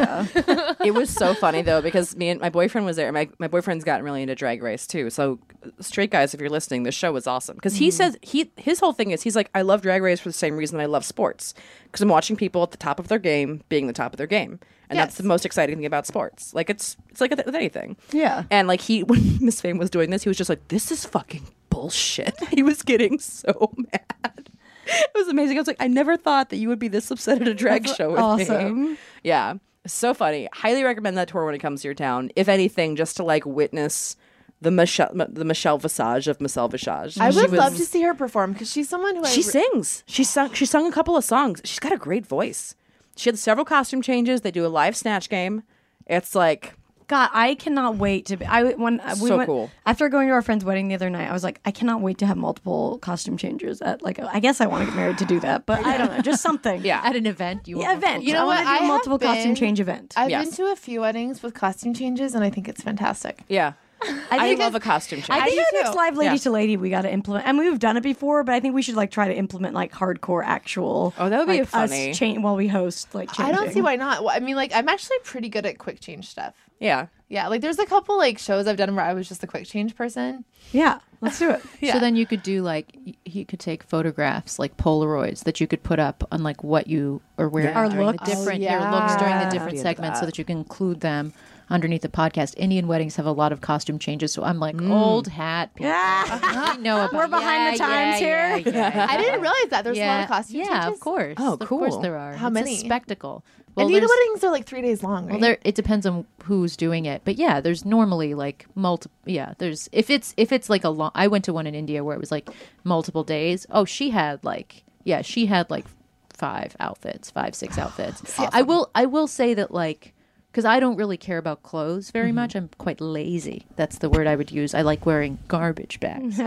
Speaker 2: it was so funny though because me and my boyfriend was there. My my boyfriend's gotten really into Drag Race too. So straight guys, if you're listening, the show was awesome because he says he his whole thing is he's like I love Drag Race for the same reason I love sports because I'm watching people at the top of their game being the top of their game, and that's
Speaker 3: Yes.
Speaker 2: the most exciting thing about sports. Like it's it's like with anything.
Speaker 1: Yeah.
Speaker 2: And like he when Miss Fame was doing this, he was just like this is fucking bullshit. He was getting so mad. It was amazing. I was like, I never thought that you would be this upset at a drag show with me.
Speaker 1: awesome.
Speaker 2: Yeah. So funny. Highly recommend that tour when it comes to your town. If anything, just to like witness the Michelle the Michelle Visage of Michelle Visage.
Speaker 3: I
Speaker 2: She
Speaker 3: would
Speaker 2: was-
Speaker 3: love to see her perform because she's someone who I
Speaker 2: She
Speaker 3: re-
Speaker 2: sings. She sung she sung a couple of songs. She's got a great voice. She had several costume changes. They do a live snatch game. It's like
Speaker 1: God, I cannot wait to be. I when uh, we
Speaker 2: So
Speaker 1: went
Speaker 2: cool.
Speaker 1: after going to our friend's wedding the other night, I was like, I cannot wait to have multiple costume changes. At like, I guess I want to get married to do that, but I don't know, just something.
Speaker 2: Yeah.
Speaker 5: At an event, you
Speaker 1: Yeah,
Speaker 5: want
Speaker 1: event.
Speaker 5: multiple
Speaker 1: You know
Speaker 3: what?
Speaker 1: what?
Speaker 3: I
Speaker 1: I
Speaker 3: have
Speaker 1: multiple costume
Speaker 3: been-
Speaker 1: change event. I,
Speaker 3: I've
Speaker 2: Yes.
Speaker 3: been to a few weddings with costume changes, and I think it's fantastic.
Speaker 2: yeah. I,
Speaker 1: think
Speaker 2: love a costume change.
Speaker 1: I think
Speaker 3: do
Speaker 1: our
Speaker 3: too.
Speaker 1: next live lady
Speaker 2: Yeah.
Speaker 1: to lady we got to implement. I mean, we've done it before, but I think we should like try to implement like hardcore actual.
Speaker 2: Oh, that would be
Speaker 1: like,
Speaker 2: funny.
Speaker 1: Us cha- while we host like. Changing.
Speaker 3: I don't see why not. Well, I mean, like I'm actually pretty good at quick change stuff.
Speaker 2: yeah.
Speaker 3: Yeah, like there's a couple like shows I've done where I was just a quick change person.
Speaker 1: Yeah, let's do it.
Speaker 5: So then you could do like y- you could take photographs like Polaroids that you could put up on like what you are wearing
Speaker 1: Our
Speaker 5: during
Speaker 1: looks.
Speaker 5: the different
Speaker 3: Oh,
Speaker 5: your looks during the
Speaker 1: yeah.
Speaker 5: different
Speaker 2: Be into
Speaker 5: segments
Speaker 2: that.
Speaker 5: so that you can include them underneath the podcast. Indian weddings have a lot of costume changes, so I'm
Speaker 3: Mm.
Speaker 5: like old hat. People. we know about
Speaker 1: We're behind the times
Speaker 5: yeah,
Speaker 1: here.
Speaker 5: yeah, yeah.
Speaker 3: I didn't realize that there's a lot of costume
Speaker 5: yeah,
Speaker 3: changes.
Speaker 5: of course.
Speaker 2: Oh,
Speaker 5: of course
Speaker 2: cool.
Speaker 5: there are.
Speaker 3: How
Speaker 5: It's a
Speaker 3: many?
Speaker 5: spectacle?
Speaker 3: and these
Speaker 5: there's-
Speaker 3: weddings are like three days long. Right?
Speaker 5: well, there it depends on who's doing it, but yeah, there's normally like multiple. Yeah, there's if it's if it's like a long. I went to one in India where it was like multiple days. Oh, she had like yeah, she had like five outfits, five six outfits. I will I will say that like because I don't really care about clothes very much. I'm quite lazy. That's the word I would use. I like wearing garbage bags. so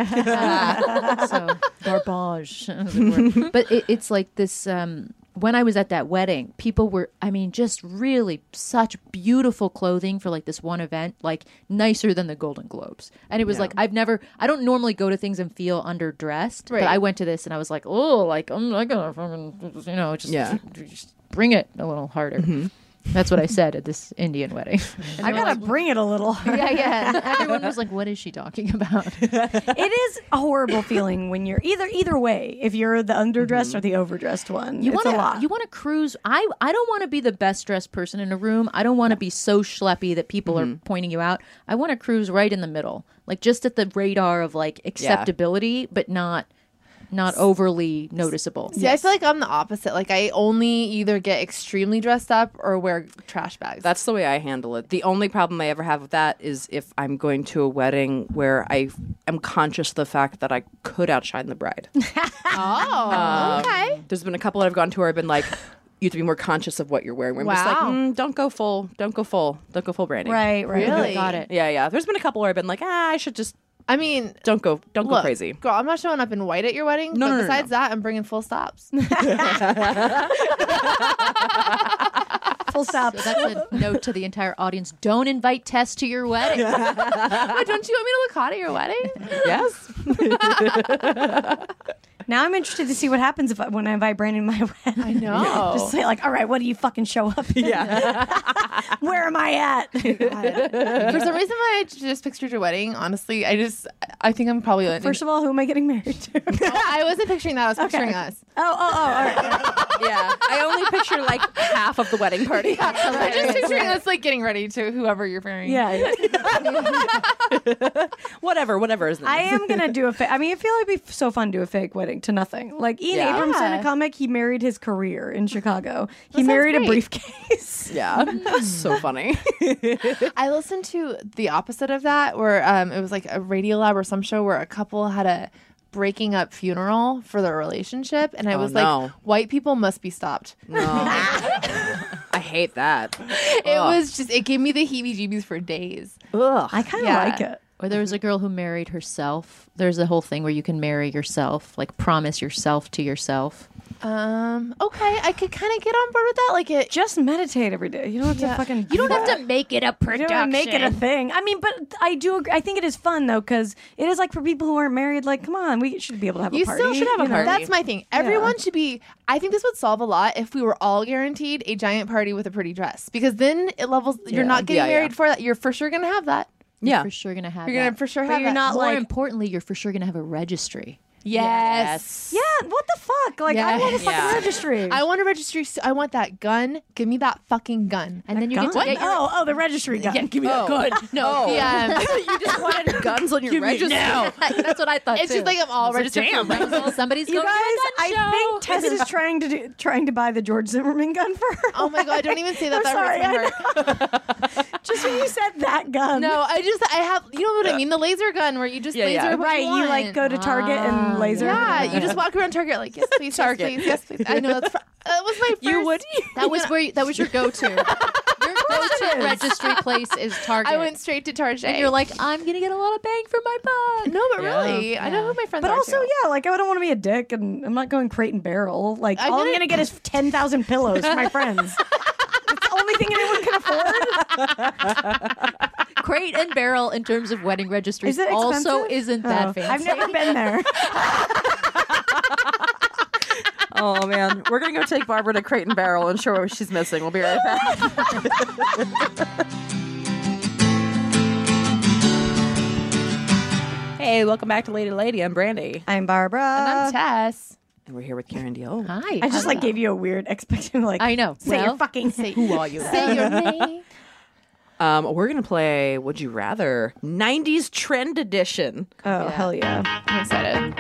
Speaker 5: garbage. as it were. but it, it's like this. Um, when I was at that wedding, people were, I mean, just really such beautiful clothing for like this one event, like nicer than the Golden Globes. And it was like, I've never, I don't normally go to things and feel underdressed,
Speaker 3: Right.
Speaker 5: but I went to this and I was like, oh, like, I'm not gonna fucking, you know, just,
Speaker 2: Yeah.
Speaker 5: just bring it a little harder. That's what I said at this Indian wedding.
Speaker 1: I gotta bring it a little.
Speaker 5: yeah, yeah. And everyone was like, what is she talking about?
Speaker 1: it is a horrible feeling when you're either either way. If you're the underdressed or the overdressed one,
Speaker 5: You
Speaker 1: it's
Speaker 5: want
Speaker 1: a lot.
Speaker 5: to you want to cruise. I I don't want to be the best dressed person in a room. I don't want to be so schleppy that people are
Speaker 1: Mm-hmm.
Speaker 5: pointing you out. I want to cruise right in the middle, like just at the radar of like acceptability, but not not overly noticeable.
Speaker 3: See, I feel like I'm the opposite. Like I only either get extremely dressed up or wear trash bags.
Speaker 2: That's the way I handle it. The only problem I ever have with that is if I'm going to a wedding where I f- am conscious of the fact that I could outshine the bride.
Speaker 3: oh, okay.
Speaker 2: There's been a couple that I've gone to where I've been like, you have to be more conscious of what you're wearing. Where I'm just like,
Speaker 3: Wow.
Speaker 2: mm, don't go full, don't go full, don't go full branding.
Speaker 1: right, right.
Speaker 3: Really?
Speaker 5: Got it.
Speaker 2: Yeah, yeah. There's been a couple where I've been like, ah, I should just
Speaker 3: I mean,
Speaker 2: don't go, don't go
Speaker 3: look,
Speaker 2: crazy.
Speaker 3: girl. I'm not showing up in white at your wedding.
Speaker 2: No, no,
Speaker 3: but
Speaker 2: no, no,
Speaker 3: besides that, I'm bringing full stops.
Speaker 1: Full stop.
Speaker 5: So that's a note to the entire audience: don't invite Tess to your wedding.
Speaker 3: Wait, don't you want me to look hot at your wedding?
Speaker 2: yes.
Speaker 1: now I'm interested to see what happens if I, when I invite Brandon to my wedding. I
Speaker 3: know. Yeah.
Speaker 1: Just say like, all right, what do you fucking show up? in?
Speaker 2: Yeah.
Speaker 1: Where am I at?
Speaker 3: For some reason, why I just pictured your wedding. Honestly, I just I think I'm probably
Speaker 1: First of all, who am I getting married to? oh,
Speaker 3: Oh, I wasn't picturing that. I was picturing us.
Speaker 1: oh, oh, all right.
Speaker 2: yeah. I only picture like half of the wedding party.
Speaker 3: I'm just picturing us like getting ready to whoever you're marrying.
Speaker 1: Yeah.
Speaker 2: whatever, whatever is
Speaker 1: I am gonna do a fake. I mean, I feel like it'd be so fun to do a fake wedding to nothing. Like Ian
Speaker 2: Yeah.
Speaker 1: Abrams in
Speaker 3: Yeah.
Speaker 1: a comic, he married his career in Chicago. He married a
Speaker 3: great.
Speaker 1: briefcase.
Speaker 2: Yeah. so funny.
Speaker 3: I listened to the opposite of that, where um, it was like a Radio Lab or some show where a couple had a breaking up funeral for their relationship, and I was
Speaker 2: Oh, no.
Speaker 3: like, white people must be stopped.
Speaker 2: I hate that.
Speaker 3: It was just it gave me the heebie-jeebies for days.
Speaker 2: Ugh.
Speaker 1: I kind of
Speaker 3: Yeah.
Speaker 1: like it.
Speaker 5: Or there was a girl who married herself. There's a whole thing where you can marry yourself, like promise yourself to yourself.
Speaker 3: Um. Okay, I could kind of get on board with that. Like it.
Speaker 1: Just meditate every day. You don't have to fucking.
Speaker 5: You don't have to make it a
Speaker 1: You
Speaker 5: production.
Speaker 1: don't have to make it a thing. I mean, but I do. Agree. I think it is fun though, because it is like for people who aren't married. Like, come on, we should be able to have
Speaker 3: You
Speaker 1: a party.
Speaker 3: still should have a
Speaker 1: you know?
Speaker 3: party. That's my thing. Everyone should be. I think this would solve a lot if we were all guaranteed a giant party with a pretty dress, because then it levels. You're not getting
Speaker 2: Yeah, yeah.
Speaker 3: married for that. You're for sure gonna have that.
Speaker 2: yeah.
Speaker 5: For sure gonna have.
Speaker 3: You're gonna
Speaker 5: that.
Speaker 3: for sure
Speaker 5: But
Speaker 3: have
Speaker 5: you're
Speaker 3: that.
Speaker 5: not.
Speaker 3: More
Speaker 5: More
Speaker 3: im-
Speaker 5: importantly, you're for sure gonna have a registry.
Speaker 3: Yes.
Speaker 1: Yeah. What the fuck? Like, I want a fucking registry.
Speaker 3: I want a registry. s- I want that gun. Give me that fucking gun.
Speaker 5: And then you
Speaker 1: Gun?
Speaker 5: get to get your.
Speaker 1: oh, oh, the registry gun.
Speaker 5: give me
Speaker 2: Oh.
Speaker 5: No,
Speaker 2: Oh.
Speaker 3: Yeah.
Speaker 2: you just wanted guns on your register.
Speaker 5: that's what I thought.
Speaker 3: it's just like I'm all registered. for guns.
Speaker 5: somebody's
Speaker 1: You
Speaker 5: going
Speaker 1: guys,
Speaker 5: to a gun
Speaker 1: I think
Speaker 5: show.
Speaker 1: Tess is trying to do, trying to buy the George Zimmerman gun for her.
Speaker 3: Oh my god! Don't even say that.
Speaker 1: I'm
Speaker 3: that
Speaker 1: sorry. I
Speaker 3: hurts my heart.
Speaker 1: Just when you said that gun.
Speaker 3: No, I just I have. You know what I mean? The laser gun where you just
Speaker 2: Yeah, yeah.
Speaker 3: laser. what
Speaker 1: Right, you like go
Speaker 3: want.
Speaker 1: to Target and
Speaker 5: Oh,
Speaker 1: laser.
Speaker 3: Yeah, you just walk around Target like yes, please,
Speaker 2: Target.
Speaker 3: Yes, please, yes, please. I know that's fr- that was my first.
Speaker 2: You would.
Speaker 5: That was where you, that was your go-to. your go-to registry place is Target.
Speaker 3: I went straight to Target.
Speaker 5: And you're like, I'm gonna get a lot of bang for my buck.
Speaker 3: no, but really, I know who my friends
Speaker 1: But
Speaker 3: are.
Speaker 1: also,
Speaker 3: too.
Speaker 1: yeah, like I don't want to be a dick, and I'm not going crate and barrel. Like
Speaker 3: I
Speaker 1: all I'm
Speaker 3: didn't-
Speaker 1: gonna get is ten thousand pillows for my friends. it's the only thing anyone can afford.
Speaker 5: Crate and barrel in terms of wedding registries
Speaker 1: Is it expensive?
Speaker 5: also isn't that
Speaker 1: Oh,
Speaker 5: fancy.
Speaker 1: I've never been there.
Speaker 2: Oh man, we're gonna go take Barbara to Crate and Barrel and show her what she's missing. We'll be right back. hey, welcome back to Lady Lady. I'm Brandy,
Speaker 1: I'm Barbara.
Speaker 3: And I'm Tess.
Speaker 2: and we're here with Karen Deal.
Speaker 5: Hi.
Speaker 1: I just like gave you a weird expectation. Like
Speaker 5: I know.
Speaker 1: Say
Speaker 5: Well,
Speaker 1: your fucking.
Speaker 5: who are you?
Speaker 3: Say your name.
Speaker 2: Um, we're gonna play Would You Rather '90s Trend Edition.
Speaker 1: oh hell yeah!
Speaker 3: I'm excited.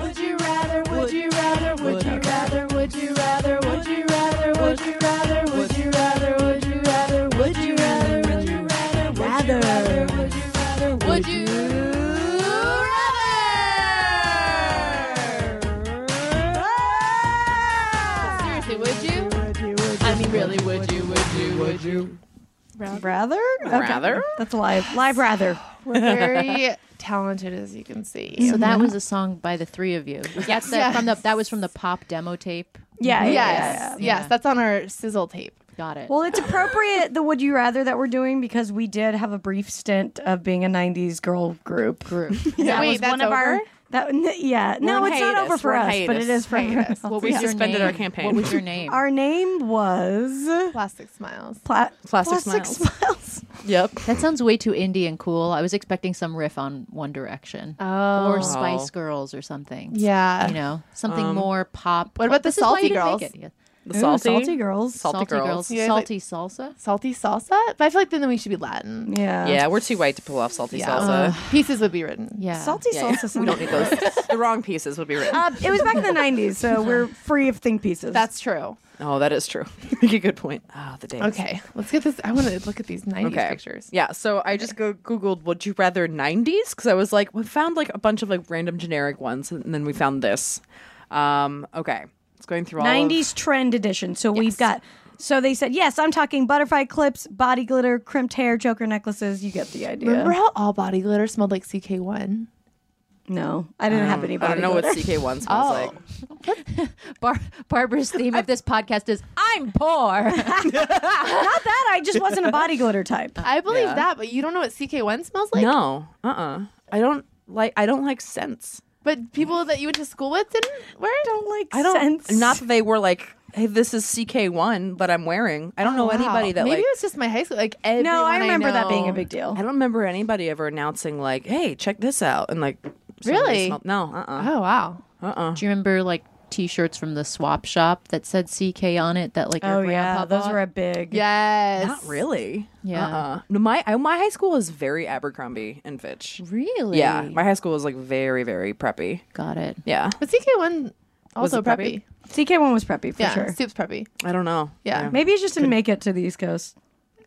Speaker 3: Would you rather? Would you rather? Would you rather? Would you rather? Would you rather? Would you rather? Would you rather? Would you rather? Would you rather? Would you rather?
Speaker 1: Rather.
Speaker 3: Would you rather? Would you rather? Seriously, would you? I mean, really, would you? Would you? Would you?
Speaker 1: Rather? Okay.
Speaker 2: Rather?
Speaker 1: That's live. Live rather.
Speaker 3: We're very talented, as you can see.
Speaker 5: So that was a song by the three of you. That's the, from the that was from the pop demo tape.
Speaker 1: Yeah. yeah, yeah, yeah.
Speaker 3: Yes, yes, that's on our sizzle tape.
Speaker 5: Got it.
Speaker 1: Well, it's appropriate the Would You Rather that we're doing because we did have a brief stint of being a '90s girl group.
Speaker 5: group.
Speaker 1: That
Speaker 3: Wait,
Speaker 1: was
Speaker 3: that's
Speaker 1: one of our.
Speaker 3: over?
Speaker 1: That n- yeah. no,
Speaker 2: on
Speaker 1: it's not
Speaker 2: hiatus.
Speaker 1: over for
Speaker 2: We're on
Speaker 1: us, but it
Speaker 2: hiatus.
Speaker 1: is for everyone
Speaker 3: Hiatus.
Speaker 1: else.
Speaker 5: what was
Speaker 2: we
Speaker 5: your
Speaker 2: suspended
Speaker 5: name?
Speaker 2: our campaign.
Speaker 5: What was your name?
Speaker 1: Our name was
Speaker 3: Plastic smiles.
Speaker 1: Pla-
Speaker 2: Plastic Smiles.
Speaker 1: Smiles.
Speaker 2: Yep.
Speaker 5: that sounds way too indie and cool. I was expecting some riff on One Direction
Speaker 3: Oh,
Speaker 5: or Spice Girls or something.
Speaker 3: yeah.
Speaker 5: you know, something more pop.
Speaker 3: what about the
Speaker 5: This is why
Speaker 3: Salty
Speaker 5: you didn't make
Speaker 3: Girls?
Speaker 5: it. Yeah.
Speaker 2: The
Speaker 1: Ooh,
Speaker 2: salty.
Speaker 1: salty girls.
Speaker 2: Salty
Speaker 5: Salty
Speaker 2: Girls.
Speaker 5: girls,
Speaker 3: You guys
Speaker 5: salty salsa.
Speaker 3: Salty salsa, but I feel like then we should be Latin.
Speaker 1: Yeah.
Speaker 2: Yeah, we're too white to pull off salty
Speaker 3: Yeah. Uh,
Speaker 2: salsa.
Speaker 3: Pieces would be written.
Speaker 5: Yeah,
Speaker 1: Salty
Speaker 2: Yeah,
Speaker 1: salsa.
Speaker 2: yeah. We don't need those. the wrong pieces would be written.
Speaker 1: Uh, it was back in the '90s, so we're free of think pieces.
Speaker 3: that's true.
Speaker 2: Oh, that is true. Make a good point. Ah, the days.
Speaker 3: Okay, let's get this. I want to look at these '90s
Speaker 2: Okay.
Speaker 3: pictures.
Speaker 2: Yeah. So I just go Googled "Would you rather '90s" because I was like, we found like a bunch of like random generic ones, and then we found this. Um. Okay. It's going through all of-
Speaker 1: '90s trend edition. So we've got. So they said yes. I'm talking butterfly clips, body glitter, crimped hair, joker necklaces. You get the idea.
Speaker 3: Remember how all body glitter smelled like CK1?
Speaker 1: No, I didn't have any.
Speaker 2: Mm, Um, I
Speaker 1: Body
Speaker 2: don't know what
Speaker 1: glitter.
Speaker 2: CK one smells like.
Speaker 5: Bar- Barbara's theme of this podcast is I'm poor.
Speaker 1: Not that I just wasn't a body glitter type.
Speaker 3: I believe
Speaker 2: Yeah.
Speaker 3: that, but you don't know what CK1 smells like.
Speaker 2: no. Uh. uh I don't like. I don't like scents.
Speaker 3: But people that you went to school with didn't wear it.
Speaker 1: don't like
Speaker 2: I don't.
Speaker 1: sense.
Speaker 2: Not that they were like, hey, this is CK one that I'm wearing. I don't know anybody that
Speaker 3: Oh, Maybe
Speaker 2: like.
Speaker 3: it was just my high school. Like everyone
Speaker 1: no, I remember that
Speaker 3: know-
Speaker 1: being a big deal.
Speaker 2: I don't remember anybody ever announcing like, "Hey, check this out," and like, somebody
Speaker 3: Really?
Speaker 2: smelled- no, uh,
Speaker 3: Oh wow.
Speaker 2: uh-uh, uh, uh
Speaker 5: Do you remember like T-shirts from the swap shop that said CK on it? That like your
Speaker 1: Oh yeah,
Speaker 5: grandpa
Speaker 1: those
Speaker 5: bought?
Speaker 1: were a big.
Speaker 3: Yes.
Speaker 2: Not really.
Speaker 5: Yeah.
Speaker 2: Uh-uh. No, my I- my high school was very Abercrombie and Fitch.
Speaker 5: really
Speaker 2: Yeah. My high school was like very very preppy.
Speaker 5: got it.
Speaker 2: Yeah.
Speaker 3: But CK1
Speaker 2: Was
Speaker 3: also
Speaker 2: it preppy?
Speaker 3: preppy.
Speaker 1: CK one was preppy for
Speaker 3: Yeah,
Speaker 1: sure.
Speaker 3: soup's preppy.
Speaker 2: I don't know.
Speaker 3: Yeah.
Speaker 1: Maybe it just didn't make it to the East Coast.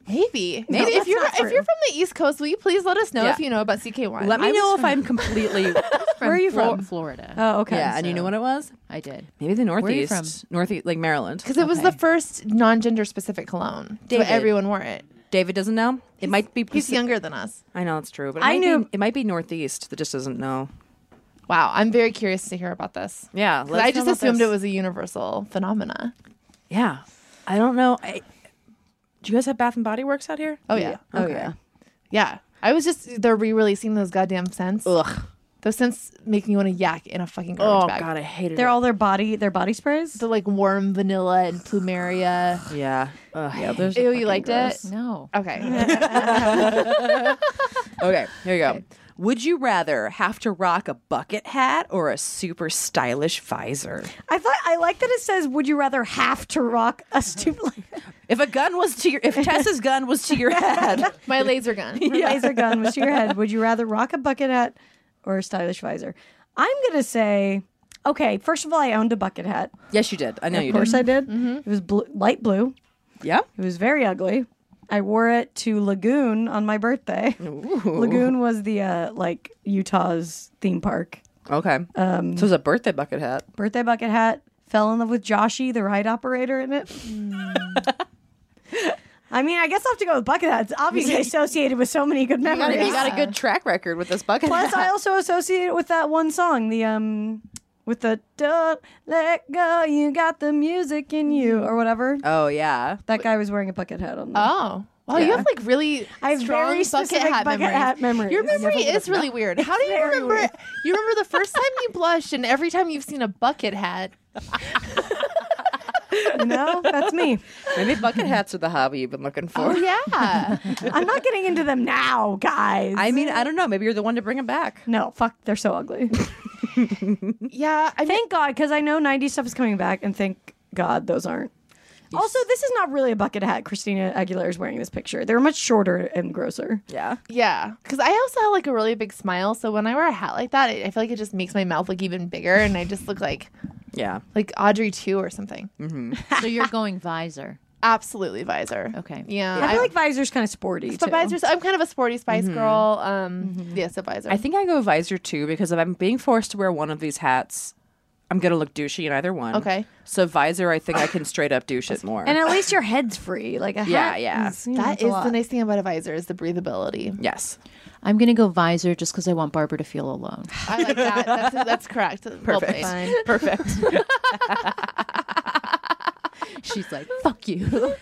Speaker 3: Maybe.
Speaker 1: No,
Speaker 3: Maybe if
Speaker 1: that's
Speaker 3: you're
Speaker 1: not
Speaker 3: if
Speaker 1: true.
Speaker 3: you're from the East Coast, will you please let us know
Speaker 2: Yeah.
Speaker 3: if you know about CK1?
Speaker 2: Let me
Speaker 5: I was
Speaker 2: know if
Speaker 5: from-
Speaker 2: I'm completely.
Speaker 5: Where are you from? Florida.
Speaker 1: Oh, okay.
Speaker 2: yeah, and you know what it was?
Speaker 5: I did.
Speaker 2: Maybe the
Speaker 5: are you
Speaker 2: Northeast,
Speaker 5: from?
Speaker 2: Northeast, like Maryland.
Speaker 3: because it was the
Speaker 5: Okay.
Speaker 3: first non-gender specific cologne. So
Speaker 2: David.
Speaker 3: everyone wore it.
Speaker 2: David doesn't know. It might be.
Speaker 3: He's younger than us.
Speaker 2: I know it's true, but it
Speaker 1: I
Speaker 2: might
Speaker 1: knew-
Speaker 2: be, it might be Northeast that just doesn't know.
Speaker 3: Wow, I'm very curious to hear about this.
Speaker 2: Yeah,
Speaker 3: 'Cause
Speaker 2: let's
Speaker 3: I
Speaker 2: know
Speaker 3: just
Speaker 2: about
Speaker 3: assumed
Speaker 2: this.
Speaker 3: it was a universal phenomena.
Speaker 2: Yeah, I don't know. I, do you guys have Bath and Body Works out here?
Speaker 3: Oh yeah,
Speaker 1: Oh, yeah.
Speaker 3: yeah. I was just they're re-releasing those goddamn scents.
Speaker 2: Ugh.
Speaker 3: Those scents make me want to yak in a fucking garbage
Speaker 2: Oh
Speaker 3: bag.
Speaker 2: God, I hated
Speaker 1: They're
Speaker 2: it.
Speaker 1: all their body their body sprays.
Speaker 3: The like warm vanilla and plumeria.
Speaker 2: Yeah. Ugh. Yeah. There's
Speaker 3: Ew, you liked it?
Speaker 5: No.
Speaker 3: Okay.
Speaker 2: Okay, here you go. Would you rather have to rock a bucket hat or a super stylish visor?
Speaker 1: I thought I like that it says, "Would you rather have to rock a stupid
Speaker 2: If a gun was to your, if Tessa's gun was to your head,
Speaker 3: My laser gun.
Speaker 1: laser gun was to your head? Would you rather rock a bucket hat or a stylish visor?" I'm gonna say, okay. First of all, I owned a bucket hat.
Speaker 2: yes, you did. I know you
Speaker 1: Of course,
Speaker 2: did.
Speaker 1: I did. It was blue, light blue.
Speaker 2: yeah.
Speaker 1: It was very ugly. I wore it to Lagoon on my birthday. Lagoon was the uh, like Utah's theme park.
Speaker 2: Okay. Um, so it's a birthday bucket hat.
Speaker 1: Birthday bucket hat. Fell in love with Joshy, the ride operator in it. I mean, I guess I have to go with bucket hats. Obviously associated with so many good memories.
Speaker 2: You got a good track record with this bucket
Speaker 1: Plus, I also associate it with that one song, the um, with the "Don't Let Go," you got the music in you, or whatever.
Speaker 2: Oh yeah.
Speaker 1: That guy was wearing a bucket hat on. The-
Speaker 3: Oh. Wow, you have like really
Speaker 1: I have
Speaker 3: strong
Speaker 1: very
Speaker 3: bucket
Speaker 1: specific
Speaker 3: hat
Speaker 1: bucket
Speaker 3: memories.
Speaker 1: hat memories.
Speaker 3: Your
Speaker 1: Never
Speaker 3: memory
Speaker 1: would've
Speaker 3: is really weird. How do you
Speaker 1: very
Speaker 3: remember?
Speaker 1: weird.
Speaker 3: You remember the first time you blushed, and every time you've seen a bucket hat.
Speaker 1: you know, that's me.
Speaker 2: Maybe bucket hats are the hobby you've been looking for.
Speaker 3: Oh yeah,
Speaker 1: I'm not getting into them now, guys.
Speaker 2: I mean, I don't know. Maybe you're the one to bring them back.
Speaker 1: no, fuck, they're so ugly.
Speaker 3: yeah. I mean,
Speaker 1: thank God, because I know 90s stuff is coming back, and thank God those aren't. Also, this is not really a bucket hat Christina Aguilera is wearing in this picture. They're much shorter and grosser.
Speaker 2: Yeah.
Speaker 3: yeah. Because I also have like a really big smile, so when I wear a hat like that, I, I feel like it just makes my mouth look even bigger, and I just look like
Speaker 2: Yeah.
Speaker 3: like Audrey two or something.
Speaker 5: so you're going visor.
Speaker 3: Absolutely visor.
Speaker 5: Okay.
Speaker 3: Yeah.
Speaker 1: I feel like visor's kind of sporty.
Speaker 3: so
Speaker 1: too.
Speaker 3: visors. I'm kind of a sporty spice girl. Um. Yeah. So visor.
Speaker 2: I think I go visor too because if I'm being forced to wear one of these hats, I'm gonna look douchey in either one.
Speaker 3: Okay.
Speaker 2: So visor, I think I can straight up douche it more.
Speaker 1: And at least your head's free. Like a hat.
Speaker 2: Yeah, yeah.
Speaker 1: Is, you know,
Speaker 3: that
Speaker 1: it's a
Speaker 3: is
Speaker 1: lot.
Speaker 3: the nice thing about a visor is the breathability.
Speaker 2: yes.
Speaker 5: I'm going to go visor just because I want Barbara to feel alone.
Speaker 3: I like that. That's, that's correct. Well
Speaker 2: Perfect.
Speaker 3: played.
Speaker 1: Fine.
Speaker 2: Perfect.
Speaker 5: She's like, fuck you.
Speaker 1: Do-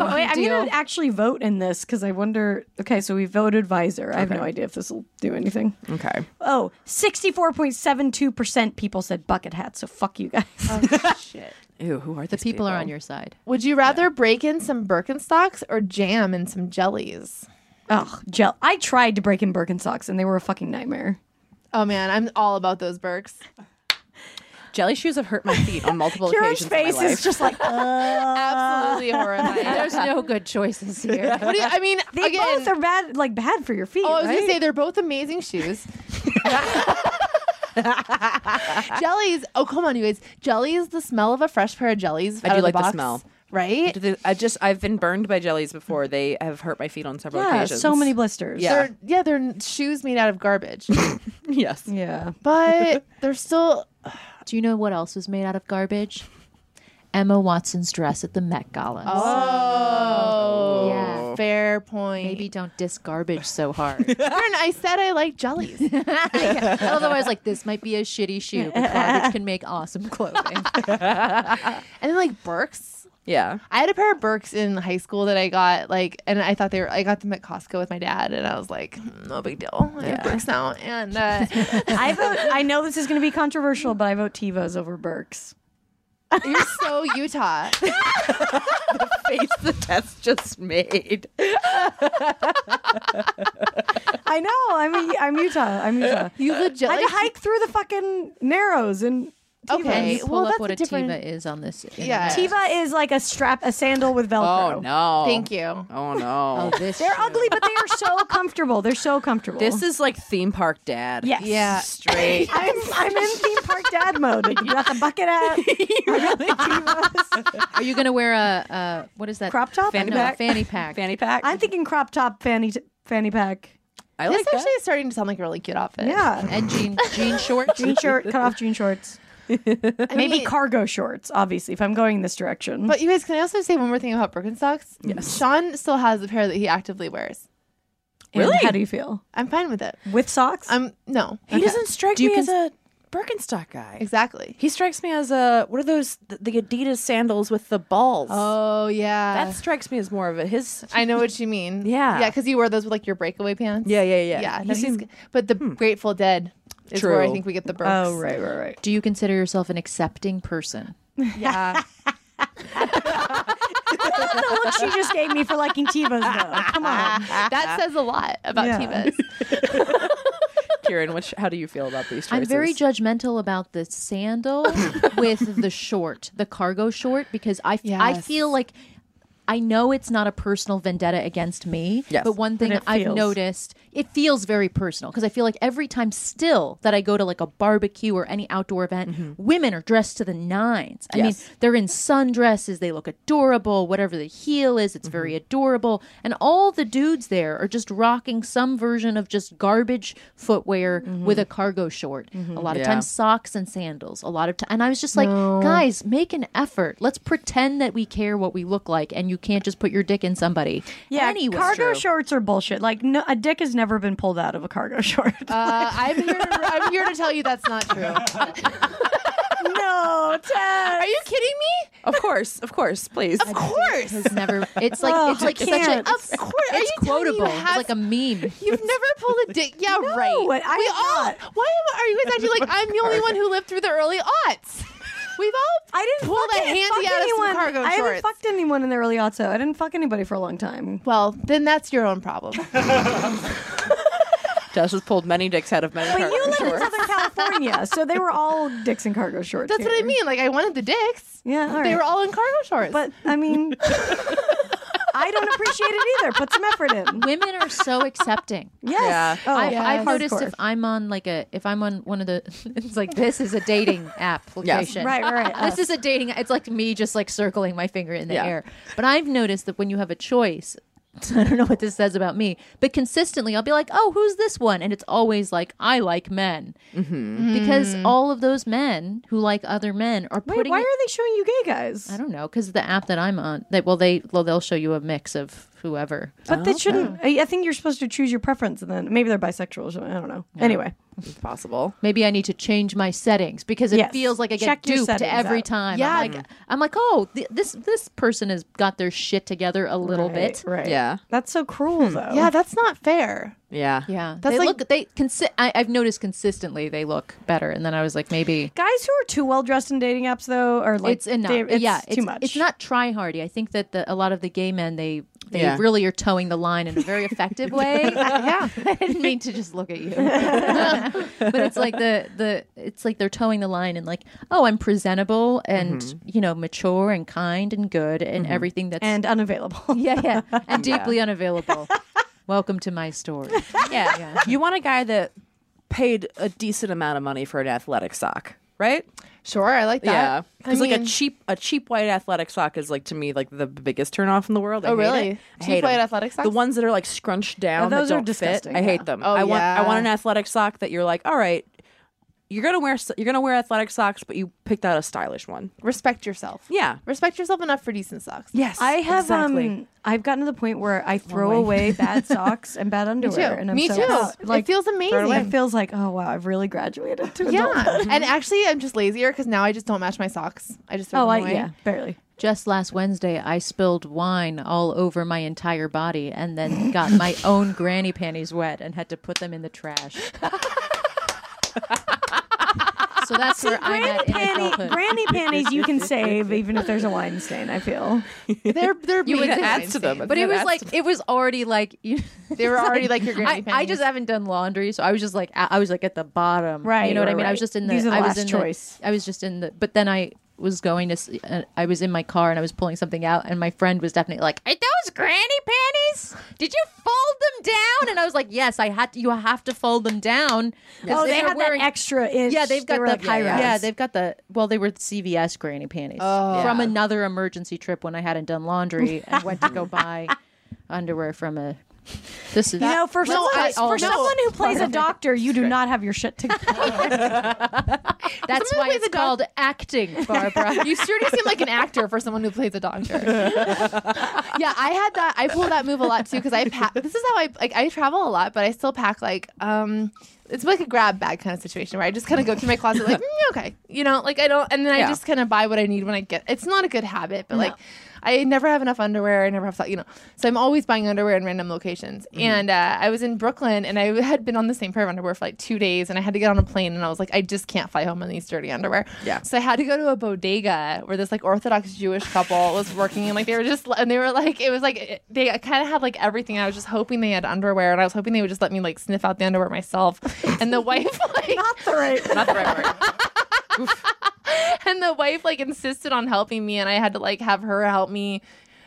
Speaker 1: Oh, wait, I'm
Speaker 5: deal.
Speaker 1: gonna actually vote in this because I wonder. Okay, so we voted visor. I have no idea if this will do anything.
Speaker 2: okay.
Speaker 1: Oh, 64.72% people said bucket hats, so fuck you guys.
Speaker 3: Oh, shit.
Speaker 2: Ew, who are
Speaker 5: The people are on your side.
Speaker 3: Would you rather break in some Birkenstocks or jam in some jellies?
Speaker 1: Ugh, gel. I tried to break in Birkenstocks and they were a fucking nightmare.
Speaker 3: Oh man, I'm all about those Birks.
Speaker 2: jelly shoes have hurt my feet on multiple
Speaker 1: Karen's
Speaker 2: occasions.
Speaker 1: face
Speaker 2: in my life.
Speaker 1: is just like, uh,
Speaker 3: Absolutely horrifying.
Speaker 5: There's no good choices here.
Speaker 3: What do you, I mean,
Speaker 1: they
Speaker 3: again,
Speaker 1: both are bad, like bad for your feet.
Speaker 3: oh, I was
Speaker 1: right?
Speaker 3: gonna say they're both amazing shoes. jellies. Oh, come on, you guys. Jellies. The smell of a fresh pair of jellies.
Speaker 2: I
Speaker 3: out
Speaker 2: do
Speaker 3: of
Speaker 2: like the
Speaker 3: box,
Speaker 2: smell.
Speaker 3: Right.
Speaker 2: I just I've been burned by jellies before. They have hurt my feet on several
Speaker 1: yeah,
Speaker 2: occasions.
Speaker 1: so many blisters.
Speaker 2: Yeah.
Speaker 3: They're, yeah, they're n- shoes made out of garbage,
Speaker 2: Yes.
Speaker 1: Yeah.
Speaker 3: but they're still.
Speaker 5: Do you know what else was made out of garbage? Emma Watson's dress at the Met Gala.
Speaker 3: Oh,
Speaker 5: Yeah.
Speaker 3: fair point.
Speaker 5: Maybe don't diss garbage so hard.
Speaker 3: Karen, I said I like jellies.
Speaker 5: Otherwise, like this might be a shitty shoe, but garbage can make awesome clothing.
Speaker 3: And then like Burks.
Speaker 2: Yeah.
Speaker 3: I had a pair of Burks in high school that I got like, and I thought they were. I got them at Costco with my dad, and I was like, "Hmm, no big deal. I have Burks now, and uh,
Speaker 1: I vote, I know this is going to be controversial, but I vote Tevas over Birks.
Speaker 3: you're so Utah.
Speaker 2: Face the test just made.
Speaker 1: I know. I'm, a, I'm Utah. I'm Utah.
Speaker 3: You legit.
Speaker 1: I had
Speaker 3: Like,
Speaker 1: to hike through the fucking narrows and Tevas.
Speaker 5: Can
Speaker 3: Okay.
Speaker 5: you pull
Speaker 3: well,
Speaker 5: up
Speaker 3: that's
Speaker 5: what
Speaker 3: a
Speaker 5: a
Speaker 3: different-
Speaker 5: tiva is on this? internet?
Speaker 3: Yeah.
Speaker 1: Teva is like a strap, a sandal with Velcro.
Speaker 2: Oh no.
Speaker 3: Thank you.
Speaker 2: Oh no.
Speaker 5: Oh, this.
Speaker 1: They're
Speaker 5: shoe.
Speaker 1: ugly, but they are so comfortable. They're so comfortable.
Speaker 2: This is like theme park dad.
Speaker 1: Yes.
Speaker 3: Yeah.
Speaker 2: Straight.
Speaker 1: I'm, I'm in theme park dad mode. You got the bucket hat. I got the Tevas.
Speaker 5: Are you going to wear a, a what is that
Speaker 1: Crop top?
Speaker 5: Fanny
Speaker 1: Fanny
Speaker 5: no,
Speaker 1: pack?
Speaker 5: fanny pack.
Speaker 2: fanny pack.
Speaker 1: I'm thinking crop top fanny t- fanny pack.
Speaker 2: I
Speaker 3: It's
Speaker 2: like
Speaker 3: actually
Speaker 2: that.
Speaker 3: starting to sound like a really cute outfit.
Speaker 1: Yeah.
Speaker 5: and jean jean shorts.
Speaker 1: jean short, cut off jean shorts.
Speaker 3: I
Speaker 1: Maybe
Speaker 3: mean-
Speaker 1: cargo shorts, obviously, if I'm going this direction.
Speaker 3: But you guys, can I also say one more thing about Birkenstocks? Yes. Sean still has a pair that he actively wears.
Speaker 1: And
Speaker 2: Really?
Speaker 1: How do you feel?
Speaker 3: I'm fine with it.
Speaker 1: With socks?
Speaker 3: I'm no.
Speaker 2: He doesn't strike
Speaker 5: Do you
Speaker 2: me
Speaker 5: cons-
Speaker 2: as a Birkenstock guy.
Speaker 3: Exactly.
Speaker 2: He strikes me as a what are those the, the Adidas sandals with the balls?
Speaker 3: Oh yeah.
Speaker 2: that strikes me as more of a his.
Speaker 3: I know what you mean.
Speaker 2: Yeah.
Speaker 3: Yeah, because you wear those with like your breakaway pants.
Speaker 2: Yeah, yeah, yeah.
Speaker 3: Yeah.
Speaker 2: He
Speaker 3: No, he's,
Speaker 2: seemed-
Speaker 3: g- but the Grateful Dead is where I
Speaker 2: True.
Speaker 3: think we get the Birks.
Speaker 1: oh, right, right, right.
Speaker 5: Do you consider yourself an accepting person?
Speaker 3: Yeah.
Speaker 1: the look she just gave me for liking Tevas, though. Come on.
Speaker 3: that says a lot about
Speaker 1: Yeah.
Speaker 3: Tevas.
Speaker 2: Kieran, which how do you feel about these
Speaker 5: I'm
Speaker 2: choices?
Speaker 5: very judgmental about the sandal with the short, the cargo short, because I f- I
Speaker 3: Yes.
Speaker 5: feel like I know it's not a personal vendetta against me.
Speaker 2: Yes.
Speaker 5: But one thing
Speaker 1: it
Speaker 5: I've
Speaker 1: feels.
Speaker 5: noticed, it feels very personal because I feel like every time still that I go to like a barbecue or any outdoor event,
Speaker 1: Mm-hmm.
Speaker 5: women are dressed to the nines. I mean,
Speaker 2: Yes.
Speaker 5: they're in sundresses, they look adorable, whatever the heel is, it's very
Speaker 1: Mm-hmm.
Speaker 5: adorable. And all the dudes there are just rocking some version of just garbage footwear
Speaker 1: Mm-hmm.
Speaker 5: with a cargo short. A lot of
Speaker 2: Yeah.
Speaker 5: times socks and sandals. A lot of time and I was just like, guys, make an effort. Let's pretend that we care what we look like and you can't just put your dick in somebody.
Speaker 1: Yeah,
Speaker 5: anyway.
Speaker 1: cargo shorts are bullshit. Like, no, a dick has never been pulled out of a cargo short.
Speaker 3: Uh, I'm here. To, I'm here to tell you that's not true. Are
Speaker 1: no, Ted.
Speaker 3: you kidding me?
Speaker 2: of course, of course, please.
Speaker 3: Of course.
Speaker 5: has never it's like
Speaker 1: Oh,
Speaker 5: it's like
Speaker 1: I
Speaker 5: such a
Speaker 1: can't.
Speaker 5: it's,
Speaker 3: Of course. Are
Speaker 5: it's
Speaker 3: you telling me
Speaker 5: quotable.
Speaker 3: You
Speaker 5: It's
Speaker 3: have,
Speaker 5: like a meme.
Speaker 3: You've never pulled a dick. Yeah, right.
Speaker 1: I
Speaker 3: we
Speaker 1: have
Speaker 3: all.
Speaker 1: not.
Speaker 3: Why am, are you guys acting like I'm the only one who lived through the early aughts? We've all.
Speaker 1: I didn't
Speaker 3: pulled
Speaker 1: fuck,
Speaker 3: a handy
Speaker 1: fuck
Speaker 3: out of
Speaker 1: anyone.
Speaker 3: some cargo
Speaker 1: I haven't
Speaker 3: shorts.
Speaker 1: fucked anyone in the early aughts. though. I didn't fuck anybody for a long time.
Speaker 3: Well, then that's your own problem.
Speaker 2: Josh has pulled many dicks out of many
Speaker 1: But you
Speaker 2: cargo
Speaker 1: live in
Speaker 2: shorts.
Speaker 1: Southern California, so they were all dicks in cargo shorts.
Speaker 3: That's what I
Speaker 1: here.
Speaker 3: mean. Like I wanted the dicks.
Speaker 1: Yeah, all
Speaker 3: They
Speaker 1: right.
Speaker 3: were all in cargo shorts.
Speaker 1: But I mean, I don't appreciate it either. Put some effort in.
Speaker 5: Women are so accepting.
Speaker 1: Yes.
Speaker 2: Yeah.
Speaker 1: Oh,
Speaker 5: I,
Speaker 3: yes.
Speaker 5: I've noticed
Speaker 1: Hardcore.
Speaker 5: if I'm on like a if I'm on one of the it's like this is a dating application.
Speaker 1: Right, right, right.
Speaker 5: This is a dating it's like me just like circling my finger in the
Speaker 2: Yeah.
Speaker 5: air. But I've noticed that when you have a choice I don't know what this says about me, but consistently I'll be like, "Oh, who's this one?" And it's always like, "I like men," mm-hmm. because all of those men who like other men are
Speaker 1: Wait,
Speaker 5: putting.
Speaker 1: why
Speaker 5: it-
Speaker 1: are they showing you gay guys?
Speaker 5: I don't know because the app that I'm on, that well, they well, they'll show you a mix of whoever.
Speaker 1: But they shouldn't. I I think you're supposed to choose your preference, and then maybe they're bisexual or something. I don't know. Anyway,
Speaker 2: It's possible.
Speaker 5: maybe I need to change my settings because it
Speaker 1: Yes.
Speaker 5: feels like I get
Speaker 1: Check your
Speaker 5: duped
Speaker 1: settings
Speaker 5: every
Speaker 1: out.
Speaker 5: time.
Speaker 3: Yeah.
Speaker 5: I'm like, I'm like, oh, th- this this person has got their shit together a little bit.
Speaker 1: Right. right.
Speaker 2: Yeah.
Speaker 1: That's so cruel, though.
Speaker 3: yeah, that's not fair.
Speaker 2: Yeah.
Speaker 5: Yeah,
Speaker 3: That's
Speaker 5: they
Speaker 3: like-
Speaker 5: look. They consi- I, I've noticed consistently they look better, and then I was like, maybe
Speaker 1: Guys who are too well dressed in dating apps, though, are like
Speaker 5: it's enough.
Speaker 1: they- it's
Speaker 5: yeah,
Speaker 1: too
Speaker 5: it's,
Speaker 1: much.
Speaker 5: It's not try hardy. I think that the, a lot of the gay men they they
Speaker 2: Yeah.
Speaker 5: really are towing the line in a very effective way. yeah, I didn't mean to just look at you, but it's like the the it's like they're towing the line and like oh I'm presentable and you know mature and kind and good and everything that's
Speaker 1: and unavailable.
Speaker 5: yeah yeah and deeply unavailable. Welcome to my story.
Speaker 2: Yeah. You want a guy that paid a decent amount of money for an athletic sock, right?
Speaker 3: Sure, I like that.
Speaker 2: Yeah.
Speaker 3: I
Speaker 2: Because like a
Speaker 3: mean-
Speaker 2: cheap a cheap white athletic sock is like to me like the biggest turnoff in the world. I
Speaker 3: Oh,
Speaker 2: hate
Speaker 3: really?
Speaker 2: it. I
Speaker 3: Cheap
Speaker 2: hate
Speaker 3: white
Speaker 2: 'em.
Speaker 3: athletic socks?
Speaker 2: The ones that are like scrunched down.
Speaker 1: those
Speaker 2: that
Speaker 1: are
Speaker 2: don't
Speaker 1: disgusting,
Speaker 2: Fit. I hate
Speaker 1: yeah.
Speaker 2: them.
Speaker 3: Oh,
Speaker 2: I want I
Speaker 3: yeah.
Speaker 2: want an athletic sock that you're like, all right, you're gonna wear s- you're gonna wear athletic socks, but you picked out a stylish one.
Speaker 3: Respect yourself.
Speaker 2: Yeah.
Speaker 3: Respect yourself enough for decent socks.
Speaker 2: Yes.
Speaker 1: I have
Speaker 2: exactly.
Speaker 1: um I've gotten to the point where I throw
Speaker 2: way.
Speaker 1: away bad socks and bad
Speaker 3: Me too.
Speaker 1: underwear and I'm
Speaker 3: Me
Speaker 1: so
Speaker 3: too.
Speaker 1: upset.
Speaker 3: it feels
Speaker 1: throw it away. Mm-hmm.
Speaker 3: amazing.
Speaker 1: It feels like, oh wow, I've really graduated to adulthood.
Speaker 3: yeah. and actually, I'm just lazier because now I just don't match my socks. I just throw
Speaker 1: Oh,
Speaker 3: them
Speaker 1: I,
Speaker 3: away.
Speaker 1: yeah, barely.
Speaker 5: Just last Wednesday, I spilled wine all over my entire body and then got my own granny panties wet and had to put them in the trash. so that's where I'm
Speaker 1: Granny,
Speaker 5: at in
Speaker 1: panty,
Speaker 5: adulthood.
Speaker 1: granny panties you can save even if there's a wine stain, I feel.
Speaker 3: They're they're
Speaker 5: You would
Speaker 3: being
Speaker 5: add
Speaker 3: fine
Speaker 2: to them.
Speaker 3: stains.
Speaker 5: but it was
Speaker 2: That's-
Speaker 5: like it was already like you,
Speaker 3: They were already like your
Speaker 5: I,
Speaker 3: granny panties.
Speaker 5: I just haven't done laundry, so I was just like I, I was like at the bottom, You
Speaker 1: Right,
Speaker 5: know what I
Speaker 1: right,
Speaker 5: mean? I was
Speaker 1: right.
Speaker 5: just in the.
Speaker 1: These are the
Speaker 5: I was
Speaker 1: last
Speaker 5: in
Speaker 1: choice.
Speaker 5: The, I was just in the. But then I was going to. s- Uh, I was in my car and I was pulling something out, and my friend was definitely like, "Are those granny panties? Did you fold them down?" And I was like, "Yes, I had. To, you have to fold them down." 'Cause
Speaker 1: Oh,
Speaker 5: if
Speaker 1: they
Speaker 5: you're
Speaker 1: had
Speaker 5: wearing-
Speaker 1: that extra inch.
Speaker 5: Yeah, they've
Speaker 1: They
Speaker 5: got
Speaker 1: were
Speaker 5: the
Speaker 1: like high
Speaker 5: yeah,
Speaker 1: rise.
Speaker 5: they've got the well, they were CVS granny panties
Speaker 3: Oh.
Speaker 5: from another emergency trip when I hadn't done laundry and went to go buy underwear from a. This is
Speaker 1: You know, for, someone,
Speaker 5: I- oh,
Speaker 1: for
Speaker 5: no.
Speaker 1: someone who plays a doctor, you do not have your shit together.
Speaker 5: that's
Speaker 3: Someone
Speaker 5: why
Speaker 3: plays
Speaker 5: it's
Speaker 3: a doc-
Speaker 5: called acting, Barbara.
Speaker 3: You sure do seem like an actor for someone who plays a doctor. yeah, I had that. I pull that move a lot too because I pack. This is how I like. I travel a lot, but I still pack like um. It's like a grab bag kind of situation where I just kind of go through my closet like mm, okay, you know, like I don't, and then I
Speaker 2: Yeah.
Speaker 3: just kind of buy what I need when I get. It's not a good habit, but like I never have enough underwear. I never have, you know, so I'm always buying underwear in random locations.
Speaker 2: Mm-hmm.
Speaker 3: And uh, I was in Brooklyn, and I had been on the same pair of underwear for like two days, and I had to get on a plane, and I was like, I just can't fly home in these dirty underwear.
Speaker 2: Yeah.
Speaker 3: So I had to go to a bodega where this like Orthodox Jewish couple was working, and like they were just, and they were like, it was like they kind of had like everything. and I was just hoping they had underwear, and I was hoping they would just let me like sniff out the underwear myself. And the wife like
Speaker 1: not the right.
Speaker 2: Not the right word.
Speaker 3: and the wife like insisted on helping me and i had to like have her help me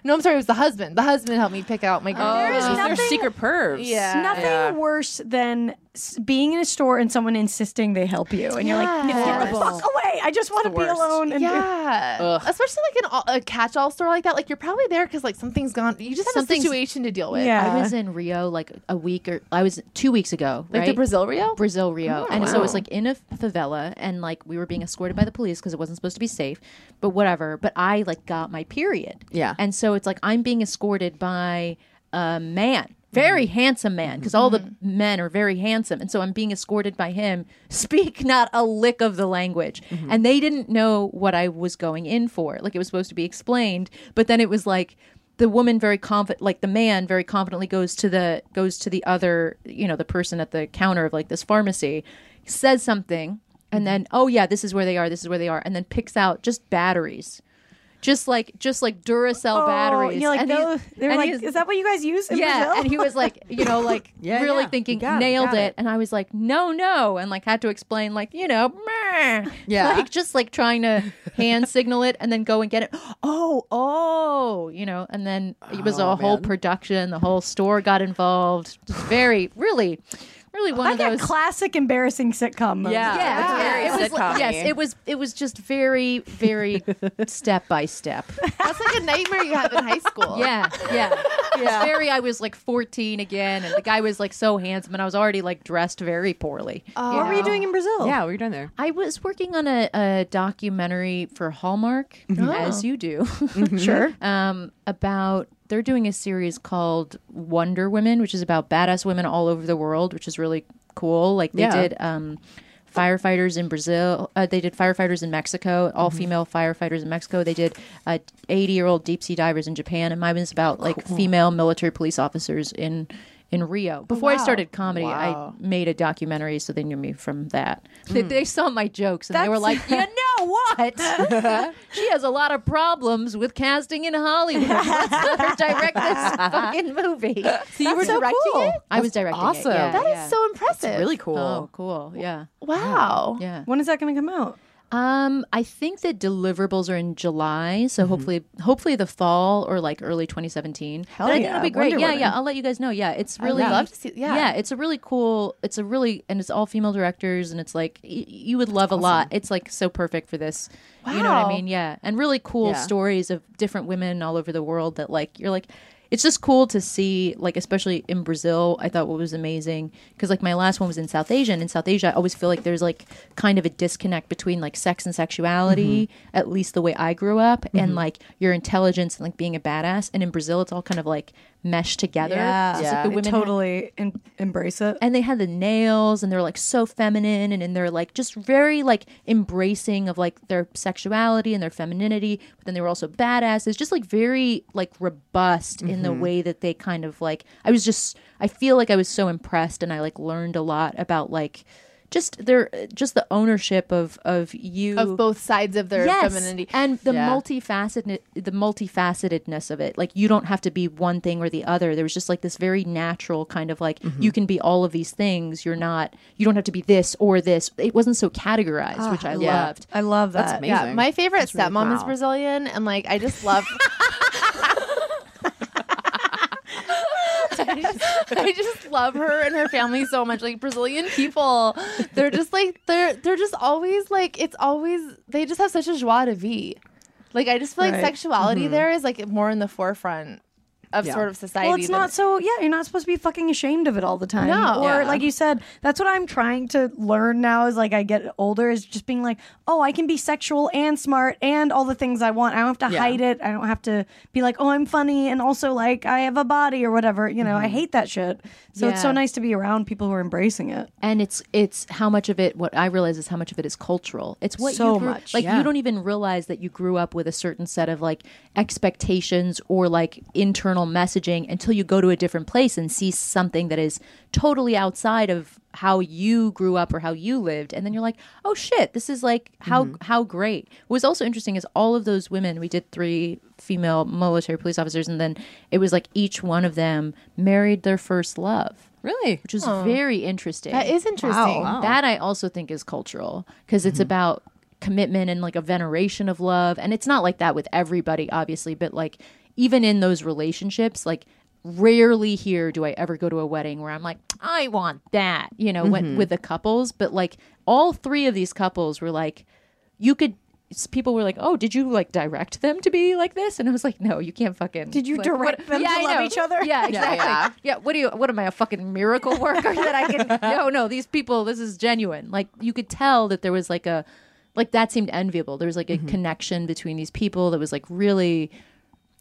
Speaker 3: no i'm sorry it was the husband the husband helped me pick out my
Speaker 1: There is
Speaker 2: These
Speaker 3: oh,
Speaker 2: are
Speaker 1: nothing-
Speaker 2: secret pervs.
Speaker 3: Yeah.
Speaker 1: Nothing
Speaker 2: Yeah.
Speaker 1: worse than s- being in a store and someone insisting they help you, and you're like,
Speaker 3: Yeah.
Speaker 1: "Get the fuck away! I just want to
Speaker 2: It's
Speaker 1: be
Speaker 2: the worst.
Speaker 1: alone." And
Speaker 3: yeah
Speaker 2: Ugh.
Speaker 3: especially like in all- a catch-all store like that like you're probably there because like something's gone you just have
Speaker 5: Something's-
Speaker 3: a situation to deal with
Speaker 1: Yeah.
Speaker 5: I was in Rio like a week or I was two weeks ago,
Speaker 3: like
Speaker 5: right?
Speaker 3: the brazil rio Oh,
Speaker 5: Brazil Rio. and so it was like in a favela and like we were being escorted by the police because it wasn't supposed to be safe, but whatever. But I like got my period.
Speaker 2: Yeah.
Speaker 5: And so it's like I'm being escorted by a man. Very handsome man, because all the men are very handsome, and so I'm being escorted by him. Speak not a lick of the language, and they didn't know what I was going in for. Like it was supposed to be explained, but then it was like the woman very confident like the man very confidently goes to the goes to the other you know the person at the counter of like this pharmacy says something and then oh yeah this is where they are this is where they are and then picks out just batteries just like just like duracell
Speaker 1: Oh,
Speaker 5: batteries
Speaker 1: You're like,
Speaker 5: and
Speaker 1: no,
Speaker 5: he's-
Speaker 1: they're
Speaker 5: and
Speaker 1: like,
Speaker 5: he's-
Speaker 1: "Is that what you guys use?" In
Speaker 5: yeah
Speaker 1: Brazil?
Speaker 5: and he was like you know like
Speaker 2: Yeah,
Speaker 5: really
Speaker 2: yeah.
Speaker 5: thinking
Speaker 2: You got it,
Speaker 5: nailed
Speaker 2: got
Speaker 5: it,
Speaker 2: it.
Speaker 5: and i was like no no and like had to explain like you know meh.
Speaker 2: Yeah.
Speaker 5: like just like trying to hand signal it and then go and get it oh oh you know and then it was
Speaker 2: Oh,
Speaker 5: a whole
Speaker 2: man.
Speaker 5: production the whole store got involved Just very really really one
Speaker 1: like
Speaker 5: of
Speaker 1: a
Speaker 5: those
Speaker 1: classic embarrassing sitcom. Moment.
Speaker 2: Yeah.
Speaker 5: yeah,
Speaker 2: That's very
Speaker 5: yeah. It was like-
Speaker 2: sitcom-y.
Speaker 5: yes, it was. It was just very, very step by step.
Speaker 3: that's like a nightmare you have in high school
Speaker 5: Yeah, yeah, yeah. Very. I was like 14 again, and the guy was like so handsome, and I was already like dressed very poorly.
Speaker 3: Oh.
Speaker 1: What were you doing in Brazil?
Speaker 2: Yeah, what were you doing there?
Speaker 5: I was working on a, a documentary for Hallmark, as you do,
Speaker 2: Mm-hmm.
Speaker 1: Sure.
Speaker 5: um, about they're doing a series called Wonder Women, which is about badass women all over the world, which is really cool. Like they
Speaker 2: Yeah.
Speaker 5: did um, firefighters in Brazil, uh, they did firefighters in Mexico, all
Speaker 3: Mm-hmm.
Speaker 5: female firefighters in Mexico. They did uh, 80 year old deep sea divers in Japan, and mine was about like female military police officers in. In
Speaker 3: Oh,
Speaker 5: Rio, before I started comedy,
Speaker 2: Wow.
Speaker 5: I made a documentary, so they knew me from that.
Speaker 3: Hmm.
Speaker 5: They, they saw my jokes and they were like,
Speaker 1: That's-
Speaker 5: "You know what? she has a lot of problems with casting in Hollywood. Let's let her direct this fucking movie."
Speaker 3: so you were directing it
Speaker 5: I was directing it.
Speaker 2: awesome.
Speaker 5: Yeah,
Speaker 3: That is
Speaker 5: yeah.
Speaker 3: so impressive
Speaker 2: Really cool.
Speaker 5: Oh, cool. Yeah,
Speaker 3: wow
Speaker 5: yeah.
Speaker 1: When is that going to come out?
Speaker 5: Um, I think the deliverables are in July, so hopefully, hopefully the fall or like early 2017. Hell I think
Speaker 1: yeah,
Speaker 5: it'll be great.
Speaker 1: Wonder
Speaker 5: yeah,
Speaker 1: Woman.
Speaker 5: yeah. I'll let you guys know. Yeah, it's
Speaker 3: would
Speaker 5: really
Speaker 3: love to see- yeah.
Speaker 5: it's a really cool. It's a really and it's all female directors, and it's like y- you would love a lot. It's like so perfect for this. You know what I
Speaker 3: Wow.
Speaker 5: mean? Yeah, and really cool
Speaker 2: Yeah.
Speaker 5: stories of different women all over the world that like you're like. It's just cool to see, like, especially in Brazil. I thought what was amazing because, like, my last one was in South Asia, and in South Asia, I always feel like there's like kind of a disconnect between like sex and sexuality, at least the way I grew up, and like your intelligence and like being a badass. And in Brazil, it's all kind of like meshed together.
Speaker 1: Yeah.
Speaker 5: It's, like,
Speaker 2: Yeah.
Speaker 5: the
Speaker 1: They
Speaker 5: women have-
Speaker 1: totally em- embrace it.
Speaker 5: and they had the nails and they're like so feminine and, and they're like just very like embracing of like their sexuality and their femininity but then they were also badasses just like very like robust in the way that they kind of like i was just i feel like i was so impressed and i like learned a lot about like just their just the ownership of of you
Speaker 3: of both sides of their
Speaker 5: yes,
Speaker 3: femininity.
Speaker 5: and the
Speaker 3: Yeah.
Speaker 5: multifaceted the multifacetedness of it. Like you don't have to be one thing or the other. There was just like this very natural kind of like
Speaker 3: Mm-hmm.
Speaker 5: you can be all of these things. You're not. You don't have to be this or this. It wasn't so categorized, which
Speaker 3: Ah,
Speaker 5: I
Speaker 2: yeah.
Speaker 5: loved.
Speaker 1: I love that.
Speaker 2: amazing.
Speaker 3: yeah, my favorite
Speaker 2: really
Speaker 3: stepmom is
Speaker 2: wow.
Speaker 3: Brazilian, and like I just love. I just, I just love her and her family so much. Like Brazilian people, they're just like they're they're just always like it's always they just have such a joie de vivre. Like I just feel like
Speaker 1: Right.
Speaker 3: sexuality there is like more in the forefront of
Speaker 2: Yeah.
Speaker 3: sort of society.
Speaker 1: Well, it's
Speaker 3: than-
Speaker 1: not so. Yeah, you're not supposed to be fucking ashamed of it all the time.
Speaker 3: No.
Speaker 1: Or
Speaker 3: Yeah.
Speaker 1: like you said, that's what I'm trying to learn now. As like I get older, is just being like, oh, I can be sexual and smart and all the things I want. I don't have to
Speaker 2: Yeah.
Speaker 1: hide it. I don't have to be like, oh, I'm funny and also like I have a body or whatever. You know, I hate that shit. So it's so
Speaker 5: Yeah.
Speaker 1: nice to be around people who are embracing it.
Speaker 5: and it's it's how much of it what i realize is how much of it is cultural it's what
Speaker 1: So
Speaker 5: you grew,
Speaker 1: much,
Speaker 5: like
Speaker 2: yeah.
Speaker 5: you don't even realize that you grew up with a certain set of like expectations or like internal messaging until you go to a different place and see something that is totally outside of how you grew up or how you lived and then you're like oh shit this is like how how great what was also interesting is all of those women we did three female military police officers and then it was like each one of them married their first love
Speaker 2: Really?
Speaker 5: which is very interesting
Speaker 3: That is interesting.
Speaker 5: that I also think is cultural because it's about commitment and like a veneration of love. And it's not like that with everybody, obviously, but like even in those relationships, like rarely here do I ever go to a wedding where I'm like, I want that, you know, when, with the couples. But like all three of these couples were like, you could. s- People were like, "Oh, did you like direct them to be like this?" And I was like, "No, you can't fucking."
Speaker 1: Did you
Speaker 5: like,
Speaker 1: direct them to
Speaker 5: I
Speaker 1: love
Speaker 5: know.
Speaker 1: each other?
Speaker 5: Yeah, exactly. Yeah, What do you? What am I, a fucking miracle worker that I can? No, no. These people. This is genuine. Like you could tell that there was like a, like that seemed enviable. There was like a connection between these people that was like really,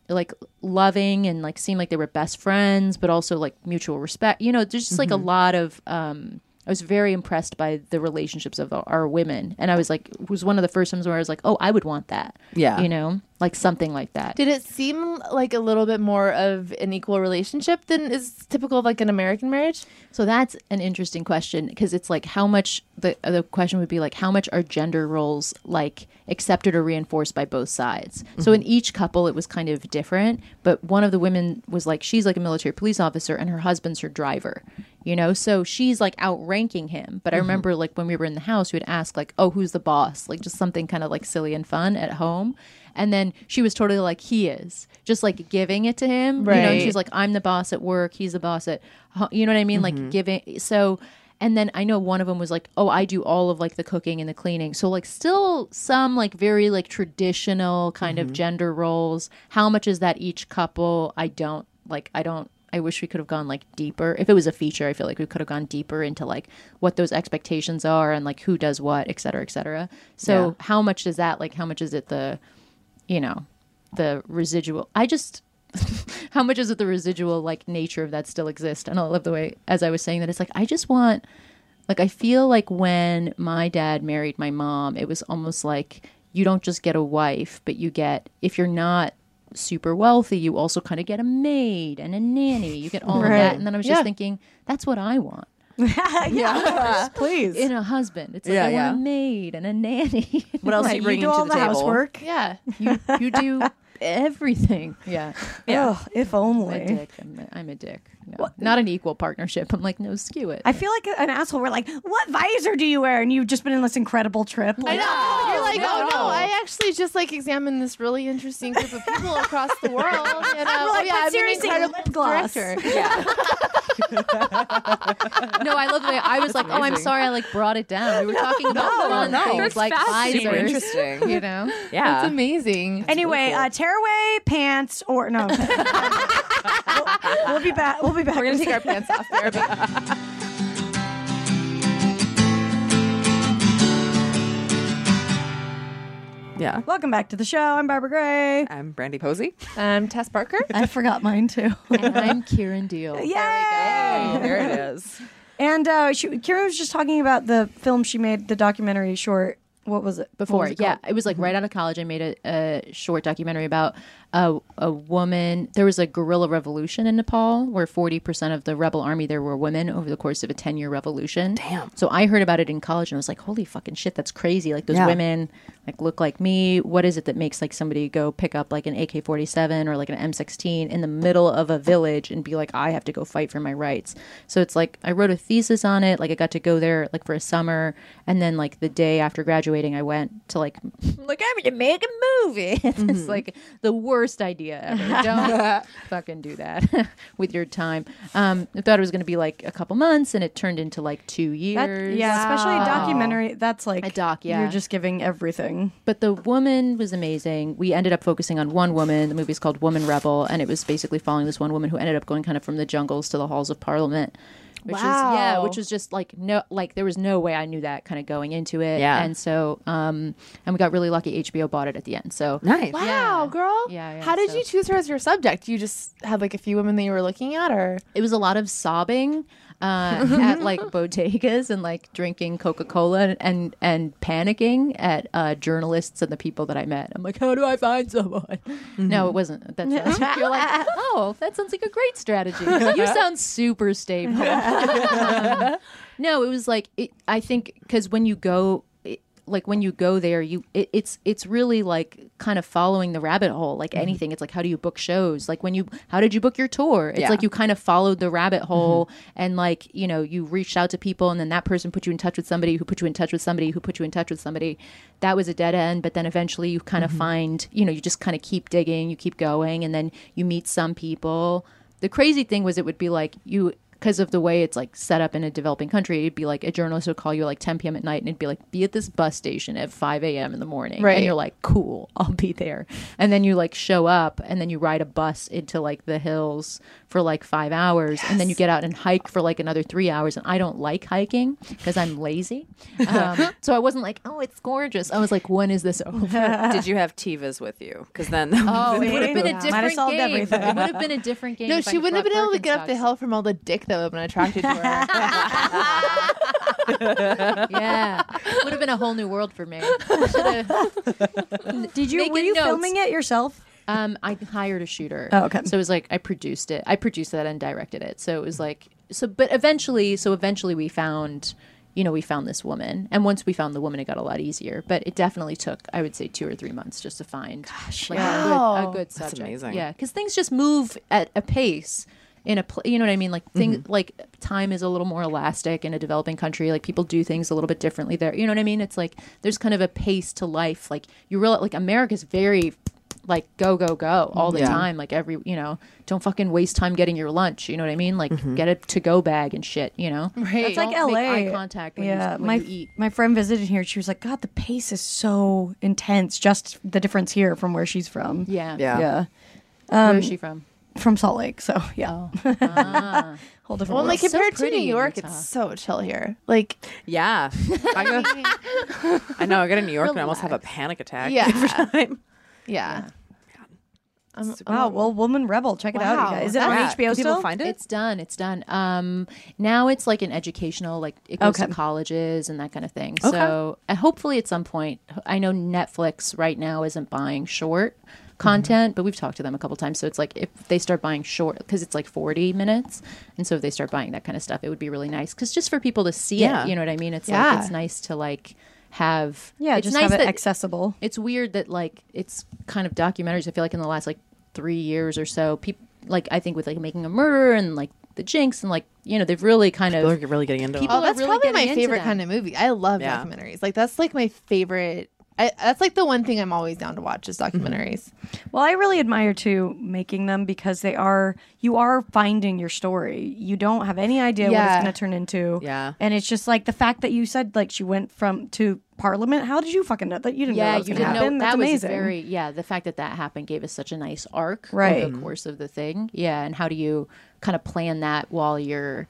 Speaker 5: like loving and like seemed like they were best friends, but also like mutual respect. You know, there's just like a lot of. um I was very impressed by the relationships of our women, and I was like, it was one of the first times where I was like, oh, I would want that.
Speaker 2: Yeah.
Speaker 5: you know, like something like that.
Speaker 3: Did it seem like a little bit more of an equal relationship than is typical of like an American marriage?
Speaker 5: So that's an interesting question because it's like how much the the question would be like how much are gender roles like accepted or reinforced by both sides. So in each couple it was kind of different, but one of the women was like she's like a military police officer and her husband's her driver, you know? So she's like outranking him. But I remember like when we were in the house we would ask like, "Oh, who's the boss?" like just something kind of like silly and fun at home. And then she was totally like he is, just like giving it to him. You know, and
Speaker 3: Right.
Speaker 5: she's like, I'm the boss at work, he's the boss at, ho-" you know what I mean? Like giving. So, and then I know one of them was like, oh, I do all of like the cooking and the cleaning. So like still some like very like traditional kind of gender roles. How much is that each couple? I don't like. I don't. I wish we could have gone like deeper. If it was a feature, I feel like we could have gone deeper into like what those expectations are and like who does what, et cetera, et cetera. So how much does that like? How much is it the you know, the residual. I just, how much is it the residual like nature of that still exist? And I love the way, as I was saying that, it's like I just want, like I feel like when my dad married my mom, it was almost like you don't just get a wife, but you get if you're not super wealthy, you also kind of get a maid and a nanny. You get all of
Speaker 1: Right.
Speaker 5: that, and then I was
Speaker 3: Yeah.
Speaker 5: just thinking that's what I want
Speaker 1: yeah. Please.
Speaker 5: in a husband. It's like
Speaker 2: Yeah,
Speaker 5: I
Speaker 2: yeah.
Speaker 5: want a maid and a nanny.
Speaker 2: What else are
Speaker 1: Like,
Speaker 2: you
Speaker 1: you
Speaker 2: bringing
Speaker 1: do all
Speaker 2: to
Speaker 1: the,
Speaker 2: the, table?
Speaker 1: housework.
Speaker 3: Yeah.
Speaker 5: you, you do everything. Yeah.
Speaker 1: Ugh, if only.
Speaker 5: I'm a dick. I'm a, I'm a dick. No. Not an equal partnership. I'm like, no, skew it.
Speaker 1: I feel like an asshole. We're like, what visor do you wear? And you've just been in this incredible trip.
Speaker 3: I
Speaker 1: Like,
Speaker 3: know. You're like, oh no,
Speaker 2: no.
Speaker 3: I actually just like examined this really interesting group of people across the world. And, uh,
Speaker 1: We're like,
Speaker 3: oh, yeah,
Speaker 1: but
Speaker 3: I'm
Speaker 1: seriously,
Speaker 3: an
Speaker 1: lip
Speaker 3: incredible
Speaker 1: gloss.
Speaker 3: director.
Speaker 5: no, I love the way I was like, oh, I'm sorry, I like brought it down. We were talking about fun
Speaker 2: no.
Speaker 5: things
Speaker 2: That's
Speaker 5: like
Speaker 2: Super
Speaker 5: visors,
Speaker 2: interesting.
Speaker 5: you know.
Speaker 2: yeah.
Speaker 3: It's amazing.
Speaker 1: Anyway, uh, tearaway pants or no. we'll, we'll be back. We'll be back.
Speaker 3: We're gonna take our pants off there. But
Speaker 2: Yeah.
Speaker 1: Welcome back to the show. I'm Barbara Gray.
Speaker 2: I'm Brandy Posey.
Speaker 3: um, Tess Barker.
Speaker 1: I forgot mine too.
Speaker 5: And I'm Kieran Deal.
Speaker 1: Yay!
Speaker 2: Oh, there it is.
Speaker 1: And uh, she, Kira was just talking about the film she made, the documentary short What was it What
Speaker 5: before.
Speaker 1: was it
Speaker 5: yeah,
Speaker 1: called?
Speaker 5: it was like right out of college. I made a, a short documentary about a, a woman. There was a guerrilla revolution in Nepal where 40% of the rebel army there were women over the course of a 10 year revolution. Damn. So I heard about it in college and I was like, holy fucking shit, that's crazy. Like those
Speaker 2: Yeah.
Speaker 5: women like look like me. What is it that makes like somebody go pick up like an AK 47 or like an M16 in the middle of a village and be like, I have to go fight for my rights? So it's like I wrote a thesis on it. Like I got to go there like for a summer. And then like the day after graduating, I went to like, like I'm going to make a movie. it's like the worst idea ever. Don't fucking do that with your time. Um, I thought it was going to be like a couple months and it turned into like two
Speaker 1: That-
Speaker 5: years.
Speaker 1: yeah, especially a
Speaker 3: Wow.
Speaker 1: documentary. That's like
Speaker 5: A doc, yeah.
Speaker 1: You're just giving everything.
Speaker 5: But the woman was amazing. We ended up focusing on one woman. The movie's called Woman Rebel, and it was basically following this one woman who ended up going kind of from the jungles to the halls of parliament. Which
Speaker 3: Wow.
Speaker 5: is yeah, which was just like no like there was no way I knew that kind of going into it.
Speaker 2: Yeah.
Speaker 5: And so um and we got really lucky HBO bought it at the end. So
Speaker 2: Nice.
Speaker 3: Wow, girl.
Speaker 5: Yeah, yeah,
Speaker 3: How did
Speaker 5: so-
Speaker 3: you choose her as your subject? You just had like a few women that you were looking at, or
Speaker 5: it was a lot of sobbing uh, at like bodegas and like drinking Coca Cola and and panicking at uh, journalists and the people that I met. I'm like, how do I find someone? No, it wasn't. That's not- you're like, oh, that sounds like a great strategy. You sound super stable. Um, no, it was like it, I think because when you go. it- Like when you go there, you it, it's it's really like kind of following the rabbit hole. Like anything, it's like how do you book shows? Like when you how did you book your tour? It's
Speaker 2: Yeah.
Speaker 5: like you you kind of followed the rabbit hole and like you know you reached out to people and then that person put you in touch with somebody who put you in touch with somebody who put you in touch with somebody that was a dead end but then eventually you kind of find you know you just kind of keep digging you keep going and then you meet some people the crazy thing was it would be like you because of the way it's like set up in a developing country, it'd be like a journalist would call you at like 10 p.m. at night and it'd be like, be at this bus station at 5 a.m. in the morning.
Speaker 3: Right.
Speaker 5: And you're like, cool, I'll be there. And then you like show up and then you ride a bus into like the hills for like five hours and then you get out and hike for like another three hours. And I don't like hiking because I'm lazy. Um, so I wasn't like, oh, it's gorgeous. I was like, when is this over?
Speaker 2: Did you have Tivas with you? Because then
Speaker 5: Oh, it would have been
Speaker 1: Yeah.
Speaker 5: a different
Speaker 1: Might have solved
Speaker 5: game.
Speaker 1: everything.
Speaker 5: It would have been a different game.
Speaker 3: no?
Speaker 5: if I
Speaker 3: She
Speaker 5: had
Speaker 3: wouldn't have been
Speaker 5: brought
Speaker 3: able to get up the
Speaker 5: Birkenstocks.
Speaker 3: hill from all the dick that would have been attracted to her.
Speaker 5: yeah, would have been a whole new world for me.
Speaker 1: Did you?
Speaker 5: Making
Speaker 1: Were you
Speaker 5: notes.
Speaker 1: filming it yourself?
Speaker 5: Um, I hired a shooter.
Speaker 1: Oh, okay.
Speaker 5: So it was like I produced it. I produced that and directed it. So it was like so, but eventually, so eventually we found, you know, we found this woman, and once we found the woman, it got a lot easier. But it definitely took, I would say, two or three months just to find like a,
Speaker 3: Wow.
Speaker 5: good, a good subject.
Speaker 2: amazing.
Speaker 5: Yeah, because things just move at a pace. In a, pl- you know what I mean? Like things,
Speaker 2: Mm-hmm.
Speaker 5: like time is a little more elastic in a developing country. Like people do things a little bit differently there. You know what I mean? It's like there's kind of a pace to life. Like you realize, like America's very, like go go go all the
Speaker 2: Yeah.
Speaker 5: time. Like every, you know, don't fucking waste time getting your lunch. You know what I mean? Like
Speaker 2: Mm-hmm.
Speaker 5: get a to go bag and shit. You know?
Speaker 1: It's like
Speaker 5: Don't
Speaker 1: LA.
Speaker 5: make eye contact when you- when
Speaker 1: my
Speaker 5: you eat.
Speaker 1: my friend visited here. She was like, "God, the pace is so intense. Just the difference here from where she's from.
Speaker 5: Yeah.
Speaker 2: Yeah.
Speaker 1: yeah, Um,
Speaker 5: Where is she from?
Speaker 1: from Salt Lake. So yeah,
Speaker 5: Oh. Ah.
Speaker 1: whole different.
Speaker 3: well,
Speaker 1: world.
Speaker 3: like
Speaker 5: so
Speaker 3: compared to
Speaker 5: pretty
Speaker 3: New
Speaker 5: in
Speaker 3: York,
Speaker 5: Utah.
Speaker 3: it's so chill here. Like,
Speaker 2: yeah, I, go, I know. I go to New York and I almost have a
Speaker 5: Relax.
Speaker 2: panic attack.
Speaker 3: Yeah.
Speaker 2: every time.
Speaker 3: yeah. I'm-
Speaker 1: wow, well, Woman Rebel, check it out, you
Speaker 3: Wow,
Speaker 1: guys. Is it on
Speaker 2: Yeah.
Speaker 1: HBO
Speaker 2: Can
Speaker 1: still?
Speaker 2: People find it.
Speaker 5: It's done. It's done. Um, now it's like an educational, like it goes
Speaker 1: Okay.
Speaker 5: to colleges and that kind of thing. So uh, hopefully at some point, I know Netflix right now isn't buying short
Speaker 1: Mm-hmm.
Speaker 5: content, but we've talked to them a couple times. So it's like if they start buying short, because it's like 40 minutes. And so if they start buying that kind of stuff, it would be really nice. Because just for people to see
Speaker 2: Yeah.
Speaker 5: it, you know what I mean? It's
Speaker 3: Yeah.
Speaker 5: like, it's nice to like have.
Speaker 1: yeah,
Speaker 5: it's
Speaker 1: just
Speaker 5: nice
Speaker 1: have it
Speaker 5: that-
Speaker 1: accessible.
Speaker 5: it's weird that like it's kind of documentaries. I feel like in the last like three years or so, people like I think with like making a murder and like the Jinx and like you know they've really kind
Speaker 2: People are
Speaker 5: of
Speaker 2: really getting into it.
Speaker 5: People-
Speaker 3: Oh,
Speaker 5: are
Speaker 3: that's
Speaker 5: really
Speaker 3: probably
Speaker 5: getting
Speaker 3: my
Speaker 5: into
Speaker 3: favorite
Speaker 5: them.
Speaker 3: kind of movie. I love
Speaker 2: Yeah.
Speaker 3: documentaries. Like that's like my favorite. I, that's like the one thing I'm always down to watch is
Speaker 1: Mm-hmm.
Speaker 3: documentaries.
Speaker 1: Well, I really admire too making them because they are you are finding your story. You don't have any idea what
Speaker 3: Yeah.
Speaker 1: it's going to turn into.
Speaker 2: Yeah.
Speaker 1: and it's just like the fact that you said like she went from to Parliament. How did you fucking know that? You didn't know
Speaker 5: yeah
Speaker 1: that
Speaker 5: you
Speaker 1: was
Speaker 5: didn't
Speaker 1: going to happen.
Speaker 5: know
Speaker 1: That's
Speaker 5: that was
Speaker 1: amazing.
Speaker 5: very yeah the fact that that happened gave us such a nice arc of
Speaker 1: Right.
Speaker 5: the course of the thing yeah and how do you kind of plan that while you're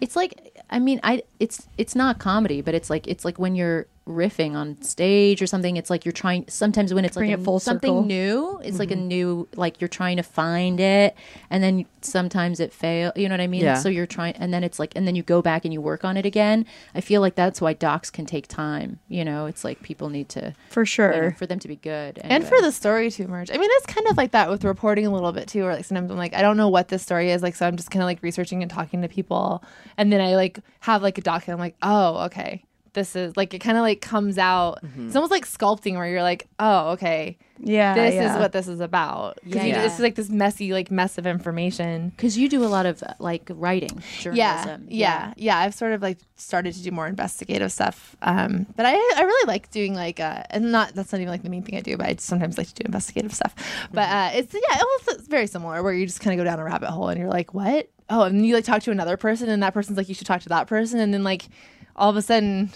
Speaker 5: it's like I mean I it's it's not comedy but it's like it's like when you're riffing on stage or something it's like you're trying sometimes when it's
Speaker 1: Bring
Speaker 5: like a,
Speaker 1: it full
Speaker 5: something
Speaker 1: circle. Mm-hmm.
Speaker 5: new it's like a new like you're trying to find it and then sometimes it fail you know what i mean
Speaker 2: Yeah.
Speaker 5: so you're trying and then it's like and then you go back and you work on it again i feel like that's why docs can take time you know it's like people need to
Speaker 1: for
Speaker 5: you know,
Speaker 1: sure.
Speaker 5: for them to be good
Speaker 3: And
Speaker 5: anyway.
Speaker 3: for the story to merge. I mean, it's kind of like that with reporting a little bit too, where like sometimes I'm like, I don't know what this story is. Like, so I'm just kind of like researching and talking to people. And then I like have like a doc and I'm like, oh, okay. This is like, it kind of like comes out. It's almost like sculpting where you're like, oh, okay.
Speaker 1: Yeah,
Speaker 3: This
Speaker 1: yeah.
Speaker 3: is what this is about. Yeah.
Speaker 5: Yeah.
Speaker 3: It's like this messy, like mess of information.
Speaker 5: because you do a lot of uh, like writing
Speaker 3: Yeah,
Speaker 5: journalism
Speaker 3: yeah, yeah. I've sort of like started to do more investigative stuff, um, but I I really like doing like uh, and not that's not even like the main thing I do, but I sometimes like to do investigative stuff. But uh, it's yeah, almost it's very similar where you just kind of go down a rabbit hole and you're like, what? Oh, and you like talk to another person, and that person's like, you should talk to that person, and then like all of a sudden,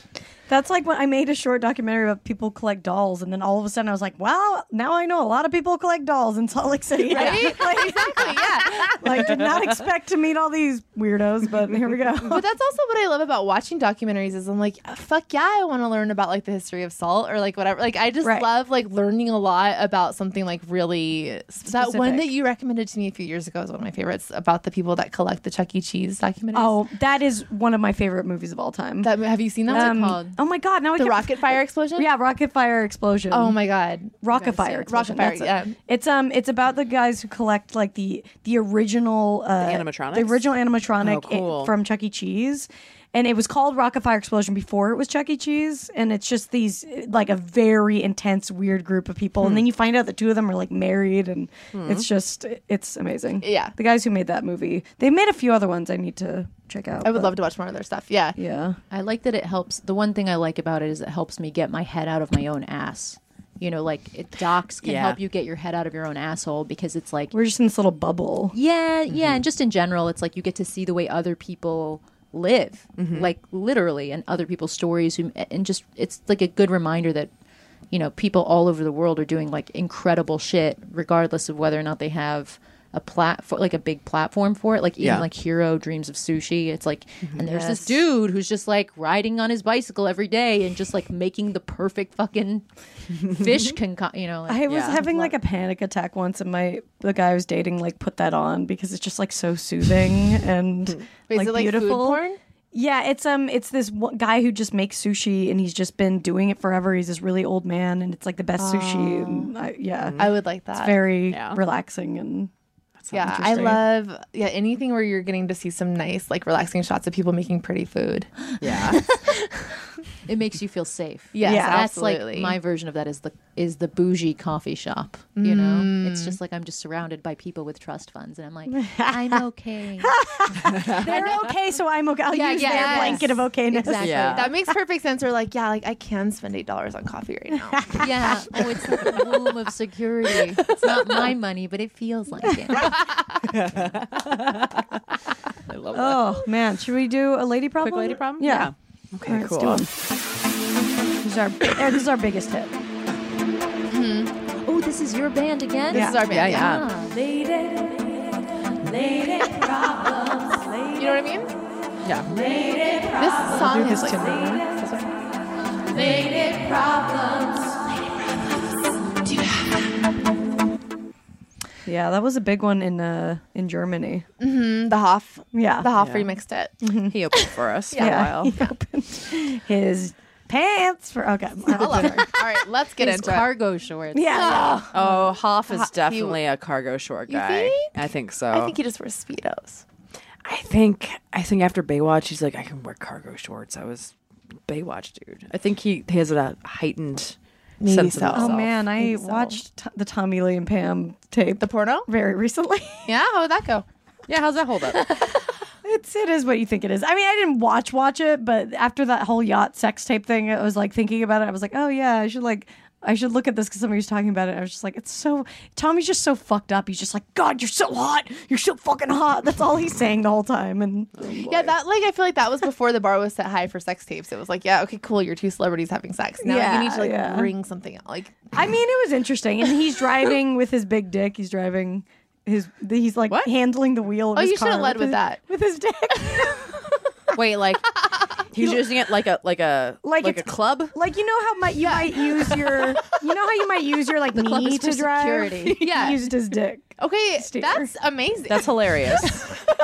Speaker 1: That's like when I made a short documentary about people collect dolls, and then all of a sudden I was like, wow, now I know a lot of people collect dolls in Salt Lake City.
Speaker 3: right? like exactly, Oh, yeah.
Speaker 1: like, did not expect to meet all these weirdos, but here we go.
Speaker 3: But that's also what I love about watching documentaries is I'm like, fuck yeah, I want to learn about like the history of salt or like whatever. Like I just
Speaker 1: Right.
Speaker 3: love like learning a lot about something like really specific. that one
Speaker 1: Specific.
Speaker 3: that you recommended to me a few years ago is one of my favorites about the people that collect the Chuck E. Cheese documentaries.
Speaker 1: Oh, that is one of my favorite movies of all time.
Speaker 3: that have you seen that?
Speaker 1: Um,
Speaker 3: What's it called?
Speaker 1: Oh my god! Now I
Speaker 3: The
Speaker 1: can,
Speaker 3: rocket fire explosion.
Speaker 1: Yeah, rocket fire explosion.
Speaker 3: Oh my god.
Speaker 1: rocket fire explosion.
Speaker 3: Rocket fire,
Speaker 1: that's it.
Speaker 3: yeah.
Speaker 1: It's um, it's about the guys who collect like the the original uh,
Speaker 2: animatronics?
Speaker 1: the original animatronic
Speaker 2: Oh, cool.
Speaker 1: i- from Chuck E. Cheese, and it was called Rocket Fire Explosion before it was Chuck E. Cheese, and it's just these like a very intense, weird group of people,
Speaker 3: Hmm.
Speaker 1: and then you find out the two of them are like married, and it's just it's amazing.
Speaker 3: Yeah.
Speaker 1: the guys who made that movie, they made a few other ones I need to check out.
Speaker 3: I would
Speaker 1: but-
Speaker 3: love to watch more of their stuff. Yeah.
Speaker 1: Yeah.
Speaker 5: I like that it helps. The one thing I like about it is it helps me get my head out of my own ass. You know, like it, docs can
Speaker 2: Yeah.
Speaker 5: help you get your head out of your own asshole because it's like,
Speaker 1: We're just in this little bubble.
Speaker 5: yeah, yeah, and just in general, it's like you get to see the way other people live, like literally, and other people's stories. Who and just it's like a good reminder that you know people all over the world are doing like incredible shit, regardless of whether or not they have a platform like a big platform for it like even
Speaker 2: Yeah.
Speaker 5: like hero dreams of sushi it's like and there's this dude who's just like riding on his bicycle every day and just like making the perfect fucking fish concoction you know like,
Speaker 1: I was
Speaker 2: Yeah.
Speaker 1: having like a panic attack once, and my the guy I was dating like put that on because it's just like so soothing and
Speaker 3: Wait,
Speaker 1: like,
Speaker 3: is it like
Speaker 1: beautiful.
Speaker 3: food porn?
Speaker 1: Yeah, it's um, it's this one guy who just makes sushi, and he's just been doing it forever. He's this really old man, and it's like the best sushi. And I, yeah,
Speaker 2: Mm.
Speaker 3: I would like that.
Speaker 1: it's very
Speaker 2: Yeah.
Speaker 1: relaxing and
Speaker 3: yeah, I love yeah anything where you're getting to see some nice like relaxing shots of people making pretty food.
Speaker 2: Yeah.
Speaker 5: it makes you feel safe
Speaker 3: Yes,
Speaker 1: Yeah.
Speaker 5: that's
Speaker 3: absolutely.
Speaker 5: like my version of that is the is the bougie coffee shop you know it's just like i'm just surrounded by people with trust funds and i'm like i'm okay
Speaker 1: they're okay, so I'm okay. I'll
Speaker 5: Yeah,
Speaker 1: use their
Speaker 5: yes.
Speaker 1: blanket of okayness.
Speaker 5: exactly
Speaker 2: Yeah.
Speaker 3: That makes perfect sense. Or like, yeah, like I can spend eight dollars on coffee right now.
Speaker 5: Yeah. Oh, it's like a womb of security. It's not my money, but it feels like it.
Speaker 2: I love that.
Speaker 1: Oh man, should we do a lady problem?
Speaker 2: Quick lady problem?
Speaker 1: Yeah.
Speaker 2: Okay,
Speaker 1: All right,
Speaker 2: cool.
Speaker 1: Let's do 'em. This is our this is our biggest hit.
Speaker 5: Oh, this is your band again?
Speaker 3: This is our
Speaker 2: Yeah,
Speaker 3: band.
Speaker 2: yeah.
Speaker 5: Ah,
Speaker 3: You know what I mean?
Speaker 2: Yeah.
Speaker 3: This
Speaker 1: Oh,
Speaker 3: song is like.
Speaker 1: Yeah, that was a big one in uh in Germany.
Speaker 3: Mm, the Hoff.
Speaker 1: Yeah.
Speaker 3: The Hoff
Speaker 2: Yeah.
Speaker 3: remixed it.
Speaker 2: He opened for us for
Speaker 1: Yeah,
Speaker 2: a while.
Speaker 1: He opened his pants for okay.
Speaker 3: I love her. All right, let's get
Speaker 5: These
Speaker 3: into it.
Speaker 5: cargo shorts.
Speaker 1: yeah.
Speaker 2: Oh, Hoff is
Speaker 3: Hoff- he-
Speaker 2: definitely a cargo short
Speaker 3: You
Speaker 2: guy.
Speaker 3: think?
Speaker 2: I think so.
Speaker 3: I think he just wears speedos.
Speaker 2: I think I think after Baywatch, he's like, I can wear cargo shorts. I was Baywatch dude. I think he, he has a heightened
Speaker 3: Maybe
Speaker 2: sense
Speaker 3: so.
Speaker 2: of
Speaker 1: Oh
Speaker 2: himself.
Speaker 1: man, I
Speaker 3: think so.
Speaker 1: watched t- the Tommy Lee and Pam tape
Speaker 3: The porno?
Speaker 1: very recently.
Speaker 3: Yeah. How would that go?
Speaker 2: Yeah, how's that hold up?
Speaker 1: it's it is what you think it is. I mean, I didn't watch watch it, but after that whole yacht sex tape thing, I was like thinking about it. I was like, oh yeah, I should like. I should look at this because somebody was talking about it. I was just like, it's so. Tommy's just so fucked up. He's just like, God, you're so hot. You're so fucking hot. That's all he's saying the whole time. And
Speaker 3: Yeah, that like I feel like that was before the bar was set high for sex tapes. It was like, yeah, okay, cool. You're two celebrities having sex. Now
Speaker 1: Yeah,
Speaker 3: you need to like
Speaker 1: yeah.
Speaker 3: bring something out. Like
Speaker 1: I mean, it was interesting. And he's driving with his big dick. He's driving his. He's like handling the wheel. Of
Speaker 3: Oh,
Speaker 1: his
Speaker 3: you should've
Speaker 1: car
Speaker 3: led with
Speaker 1: his-
Speaker 3: that.
Speaker 1: With his dick.
Speaker 5: Wait, like
Speaker 2: He's using it like a like a
Speaker 1: Like
Speaker 2: like, a
Speaker 1: it's-
Speaker 2: club.
Speaker 1: Like you know how might you might use your you know how you might use your like
Speaker 5: club
Speaker 1: knee
Speaker 5: is for
Speaker 1: to drive.
Speaker 5: security.
Speaker 3: Yeah.
Speaker 1: he used his dick.
Speaker 3: Okay,
Speaker 1: Steer.
Speaker 3: that's amazing.
Speaker 2: That's hilarious.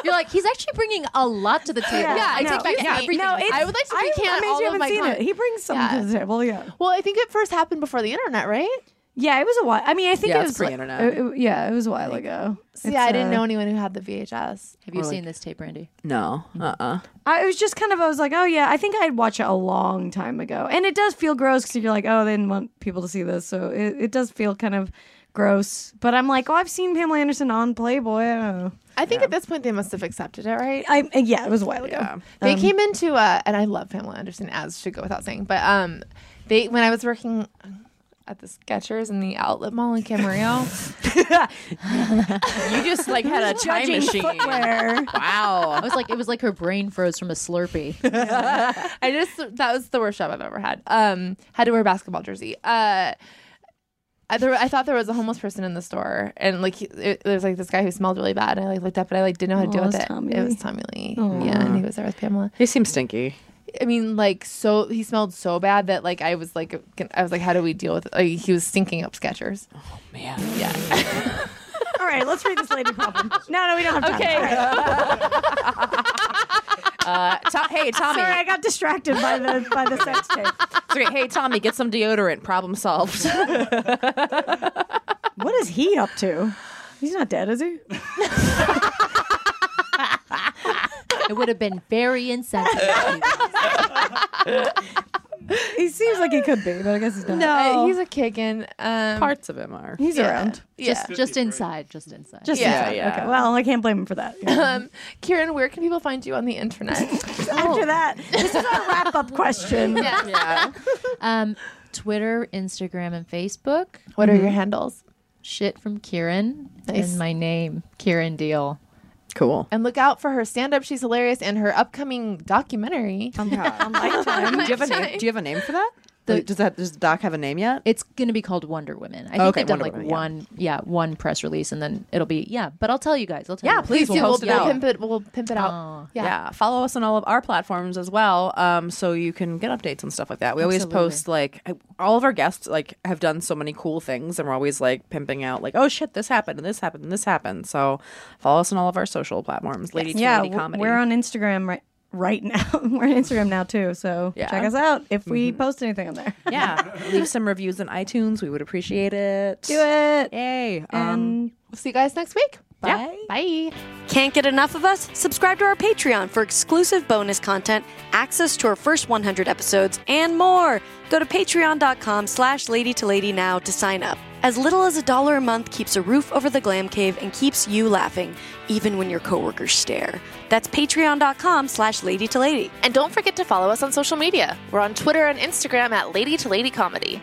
Speaker 5: You're like, he's actually bringing a lot to the table.
Speaker 1: Yeah,
Speaker 3: yeah, I
Speaker 1: no,
Speaker 3: take back
Speaker 1: you-
Speaker 3: everything.
Speaker 1: No, it's,
Speaker 3: I would like to
Speaker 1: I'm
Speaker 3: recant
Speaker 1: amazed
Speaker 3: all
Speaker 1: you
Speaker 3: of
Speaker 1: haven't
Speaker 3: my
Speaker 1: seen
Speaker 3: comments.
Speaker 1: it. He brings something
Speaker 3: Yeah.
Speaker 1: to the table. Yeah,
Speaker 3: Well, I think it first happened before the internet, right?
Speaker 1: yeah. It was a while. I mean, I think
Speaker 2: Yeah,
Speaker 1: it
Speaker 2: it's
Speaker 1: was like-
Speaker 2: pre-internet.
Speaker 1: uh, uh, yeah, it was a while ago.
Speaker 3: So
Speaker 1: It's,
Speaker 3: yeah, I didn't
Speaker 1: uh,
Speaker 3: know anyone who had the VHS.
Speaker 5: Have you seen this tape, Randy?
Speaker 2: no. Uh. uh
Speaker 1: I it was just kind of I was like, oh yeah, I think I'd watch it a long time ago, and it does feel gross because you're like, oh, they didn't want people to see this, so it, it does feel kind of gross. But I'm like, oh, I've seen Pamela Anderson on Playboy. I don't know.
Speaker 3: I think at this point they must have accepted it, right?
Speaker 1: I uh, yeah, it was a while ago.
Speaker 2: Yeah.
Speaker 3: They
Speaker 1: Um,
Speaker 3: came into uh, and I love Pamela Anderson as should go without saying, but um, they when I was working at the Skechers in the outlet mall in Camarillo,
Speaker 2: You just like had a time
Speaker 1: Judging
Speaker 2: machine.
Speaker 1: footwear.
Speaker 5: Wow. I was like, it was like her brain froze from a Slurpee.
Speaker 3: I just that was the worst job I've ever had. Um, had to wear a basketball jersey. Uh. I, there, I thought there was a homeless person in the store, and like he, it, there was like this guy who smelled really bad, and I like looked up, and I like didn't know how to
Speaker 1: Oh,
Speaker 3: deal
Speaker 1: it
Speaker 3: with
Speaker 1: was
Speaker 3: it.
Speaker 1: Tommy
Speaker 3: It
Speaker 1: Lee.
Speaker 3: was Tommy Lee, yeah, and he was there with Pamela.
Speaker 2: He seems stinky.
Speaker 3: I mean, like so he smelled so bad that like I was like I was like, how do we deal with? It? Like, he was stinking up Skechers.
Speaker 2: Man.
Speaker 3: Yeah.
Speaker 1: All right, let's read this lady problem. No, no, we don't have time.
Speaker 3: Okay.
Speaker 1: All right.
Speaker 2: Uh, to- hey Tommy.
Speaker 1: Sorry, I got distracted by the by the sex tape.
Speaker 2: It's okay. Hey Tommy, get some deodorant. Problem solved.
Speaker 1: What is he up to? He's not dead, is he?
Speaker 5: It would have been very insensitive.
Speaker 1: He seems like he could be, but I guess he's not.
Speaker 3: No, he's a kicking. Um,
Speaker 2: Parts of him are.
Speaker 1: he's
Speaker 3: yeah.
Speaker 1: around.
Speaker 3: Yeah.
Speaker 5: Just, just inside. Just inside.
Speaker 1: Just
Speaker 3: Yeah,
Speaker 1: inside.
Speaker 2: yeah. Oh.
Speaker 1: Okay. Well, I can't blame him for that. Yeah.
Speaker 3: um, Kieran, where can people find you on the internet?
Speaker 1: After that, this is our wrap up question.
Speaker 2: Yeah.
Speaker 5: um, Twitter, Instagram, and Facebook.
Speaker 3: what are your handles?
Speaker 5: Shit from Kieran
Speaker 3: Nice.
Speaker 5: and my name, Kieran Deal.
Speaker 2: Cool.
Speaker 3: And look out for her stand up. She's hilarious, and her upcoming documentary.
Speaker 2: do you have a name? Do you have a name for that? Like, does that does the doc have a name yet?
Speaker 5: It's going to be called Wonder Women. I think
Speaker 2: Okay,
Speaker 5: they've done
Speaker 2: Wonder
Speaker 5: like
Speaker 2: Woman, yeah.
Speaker 5: one, yeah. one press release, and then it'll be yeah. But I'll tell you guys. I'll tell you.
Speaker 2: please.
Speaker 3: do.
Speaker 2: post it out.
Speaker 3: pimp it. We'll pimp it out.
Speaker 5: Oh.
Speaker 3: yeah.
Speaker 2: yeah. follow us on all of our platforms as well um, so you can get updates and stuff like that we always
Speaker 5: Absolutely.
Speaker 2: post like I- all of our guests like have done so many cool things and we're always like pimping out like oh shit this happened and this happened and this happened so follow us on all of our social platforms lady to
Speaker 1: Yeah,
Speaker 2: lady comedy
Speaker 1: we're on Instagram right right now. we're on Instagram now too, so
Speaker 2: Yeah. Mm-hmm.
Speaker 1: check us out if we post anything on there.
Speaker 2: yeah leave some reviews on itunes we would appreciate it
Speaker 1: Do it.
Speaker 2: yay um,
Speaker 1: And
Speaker 3: We'll see you guys next week.
Speaker 2: Yeah.
Speaker 3: Bye.
Speaker 6: Can't get enough of us? Subscribe to our Patreon for exclusive bonus content, access to our first 100 episodes, and more. Go to patreon.com slash lady to lady now to sign up. As little as a dollar a month keeps a roof over the glam cave and keeps you laughing, even when your coworkers stare. That's patreon.com slash lady to lady.
Speaker 7: And don't forget to follow us on social media. We're on Twitter and Instagram at Lady to Lady Comedy.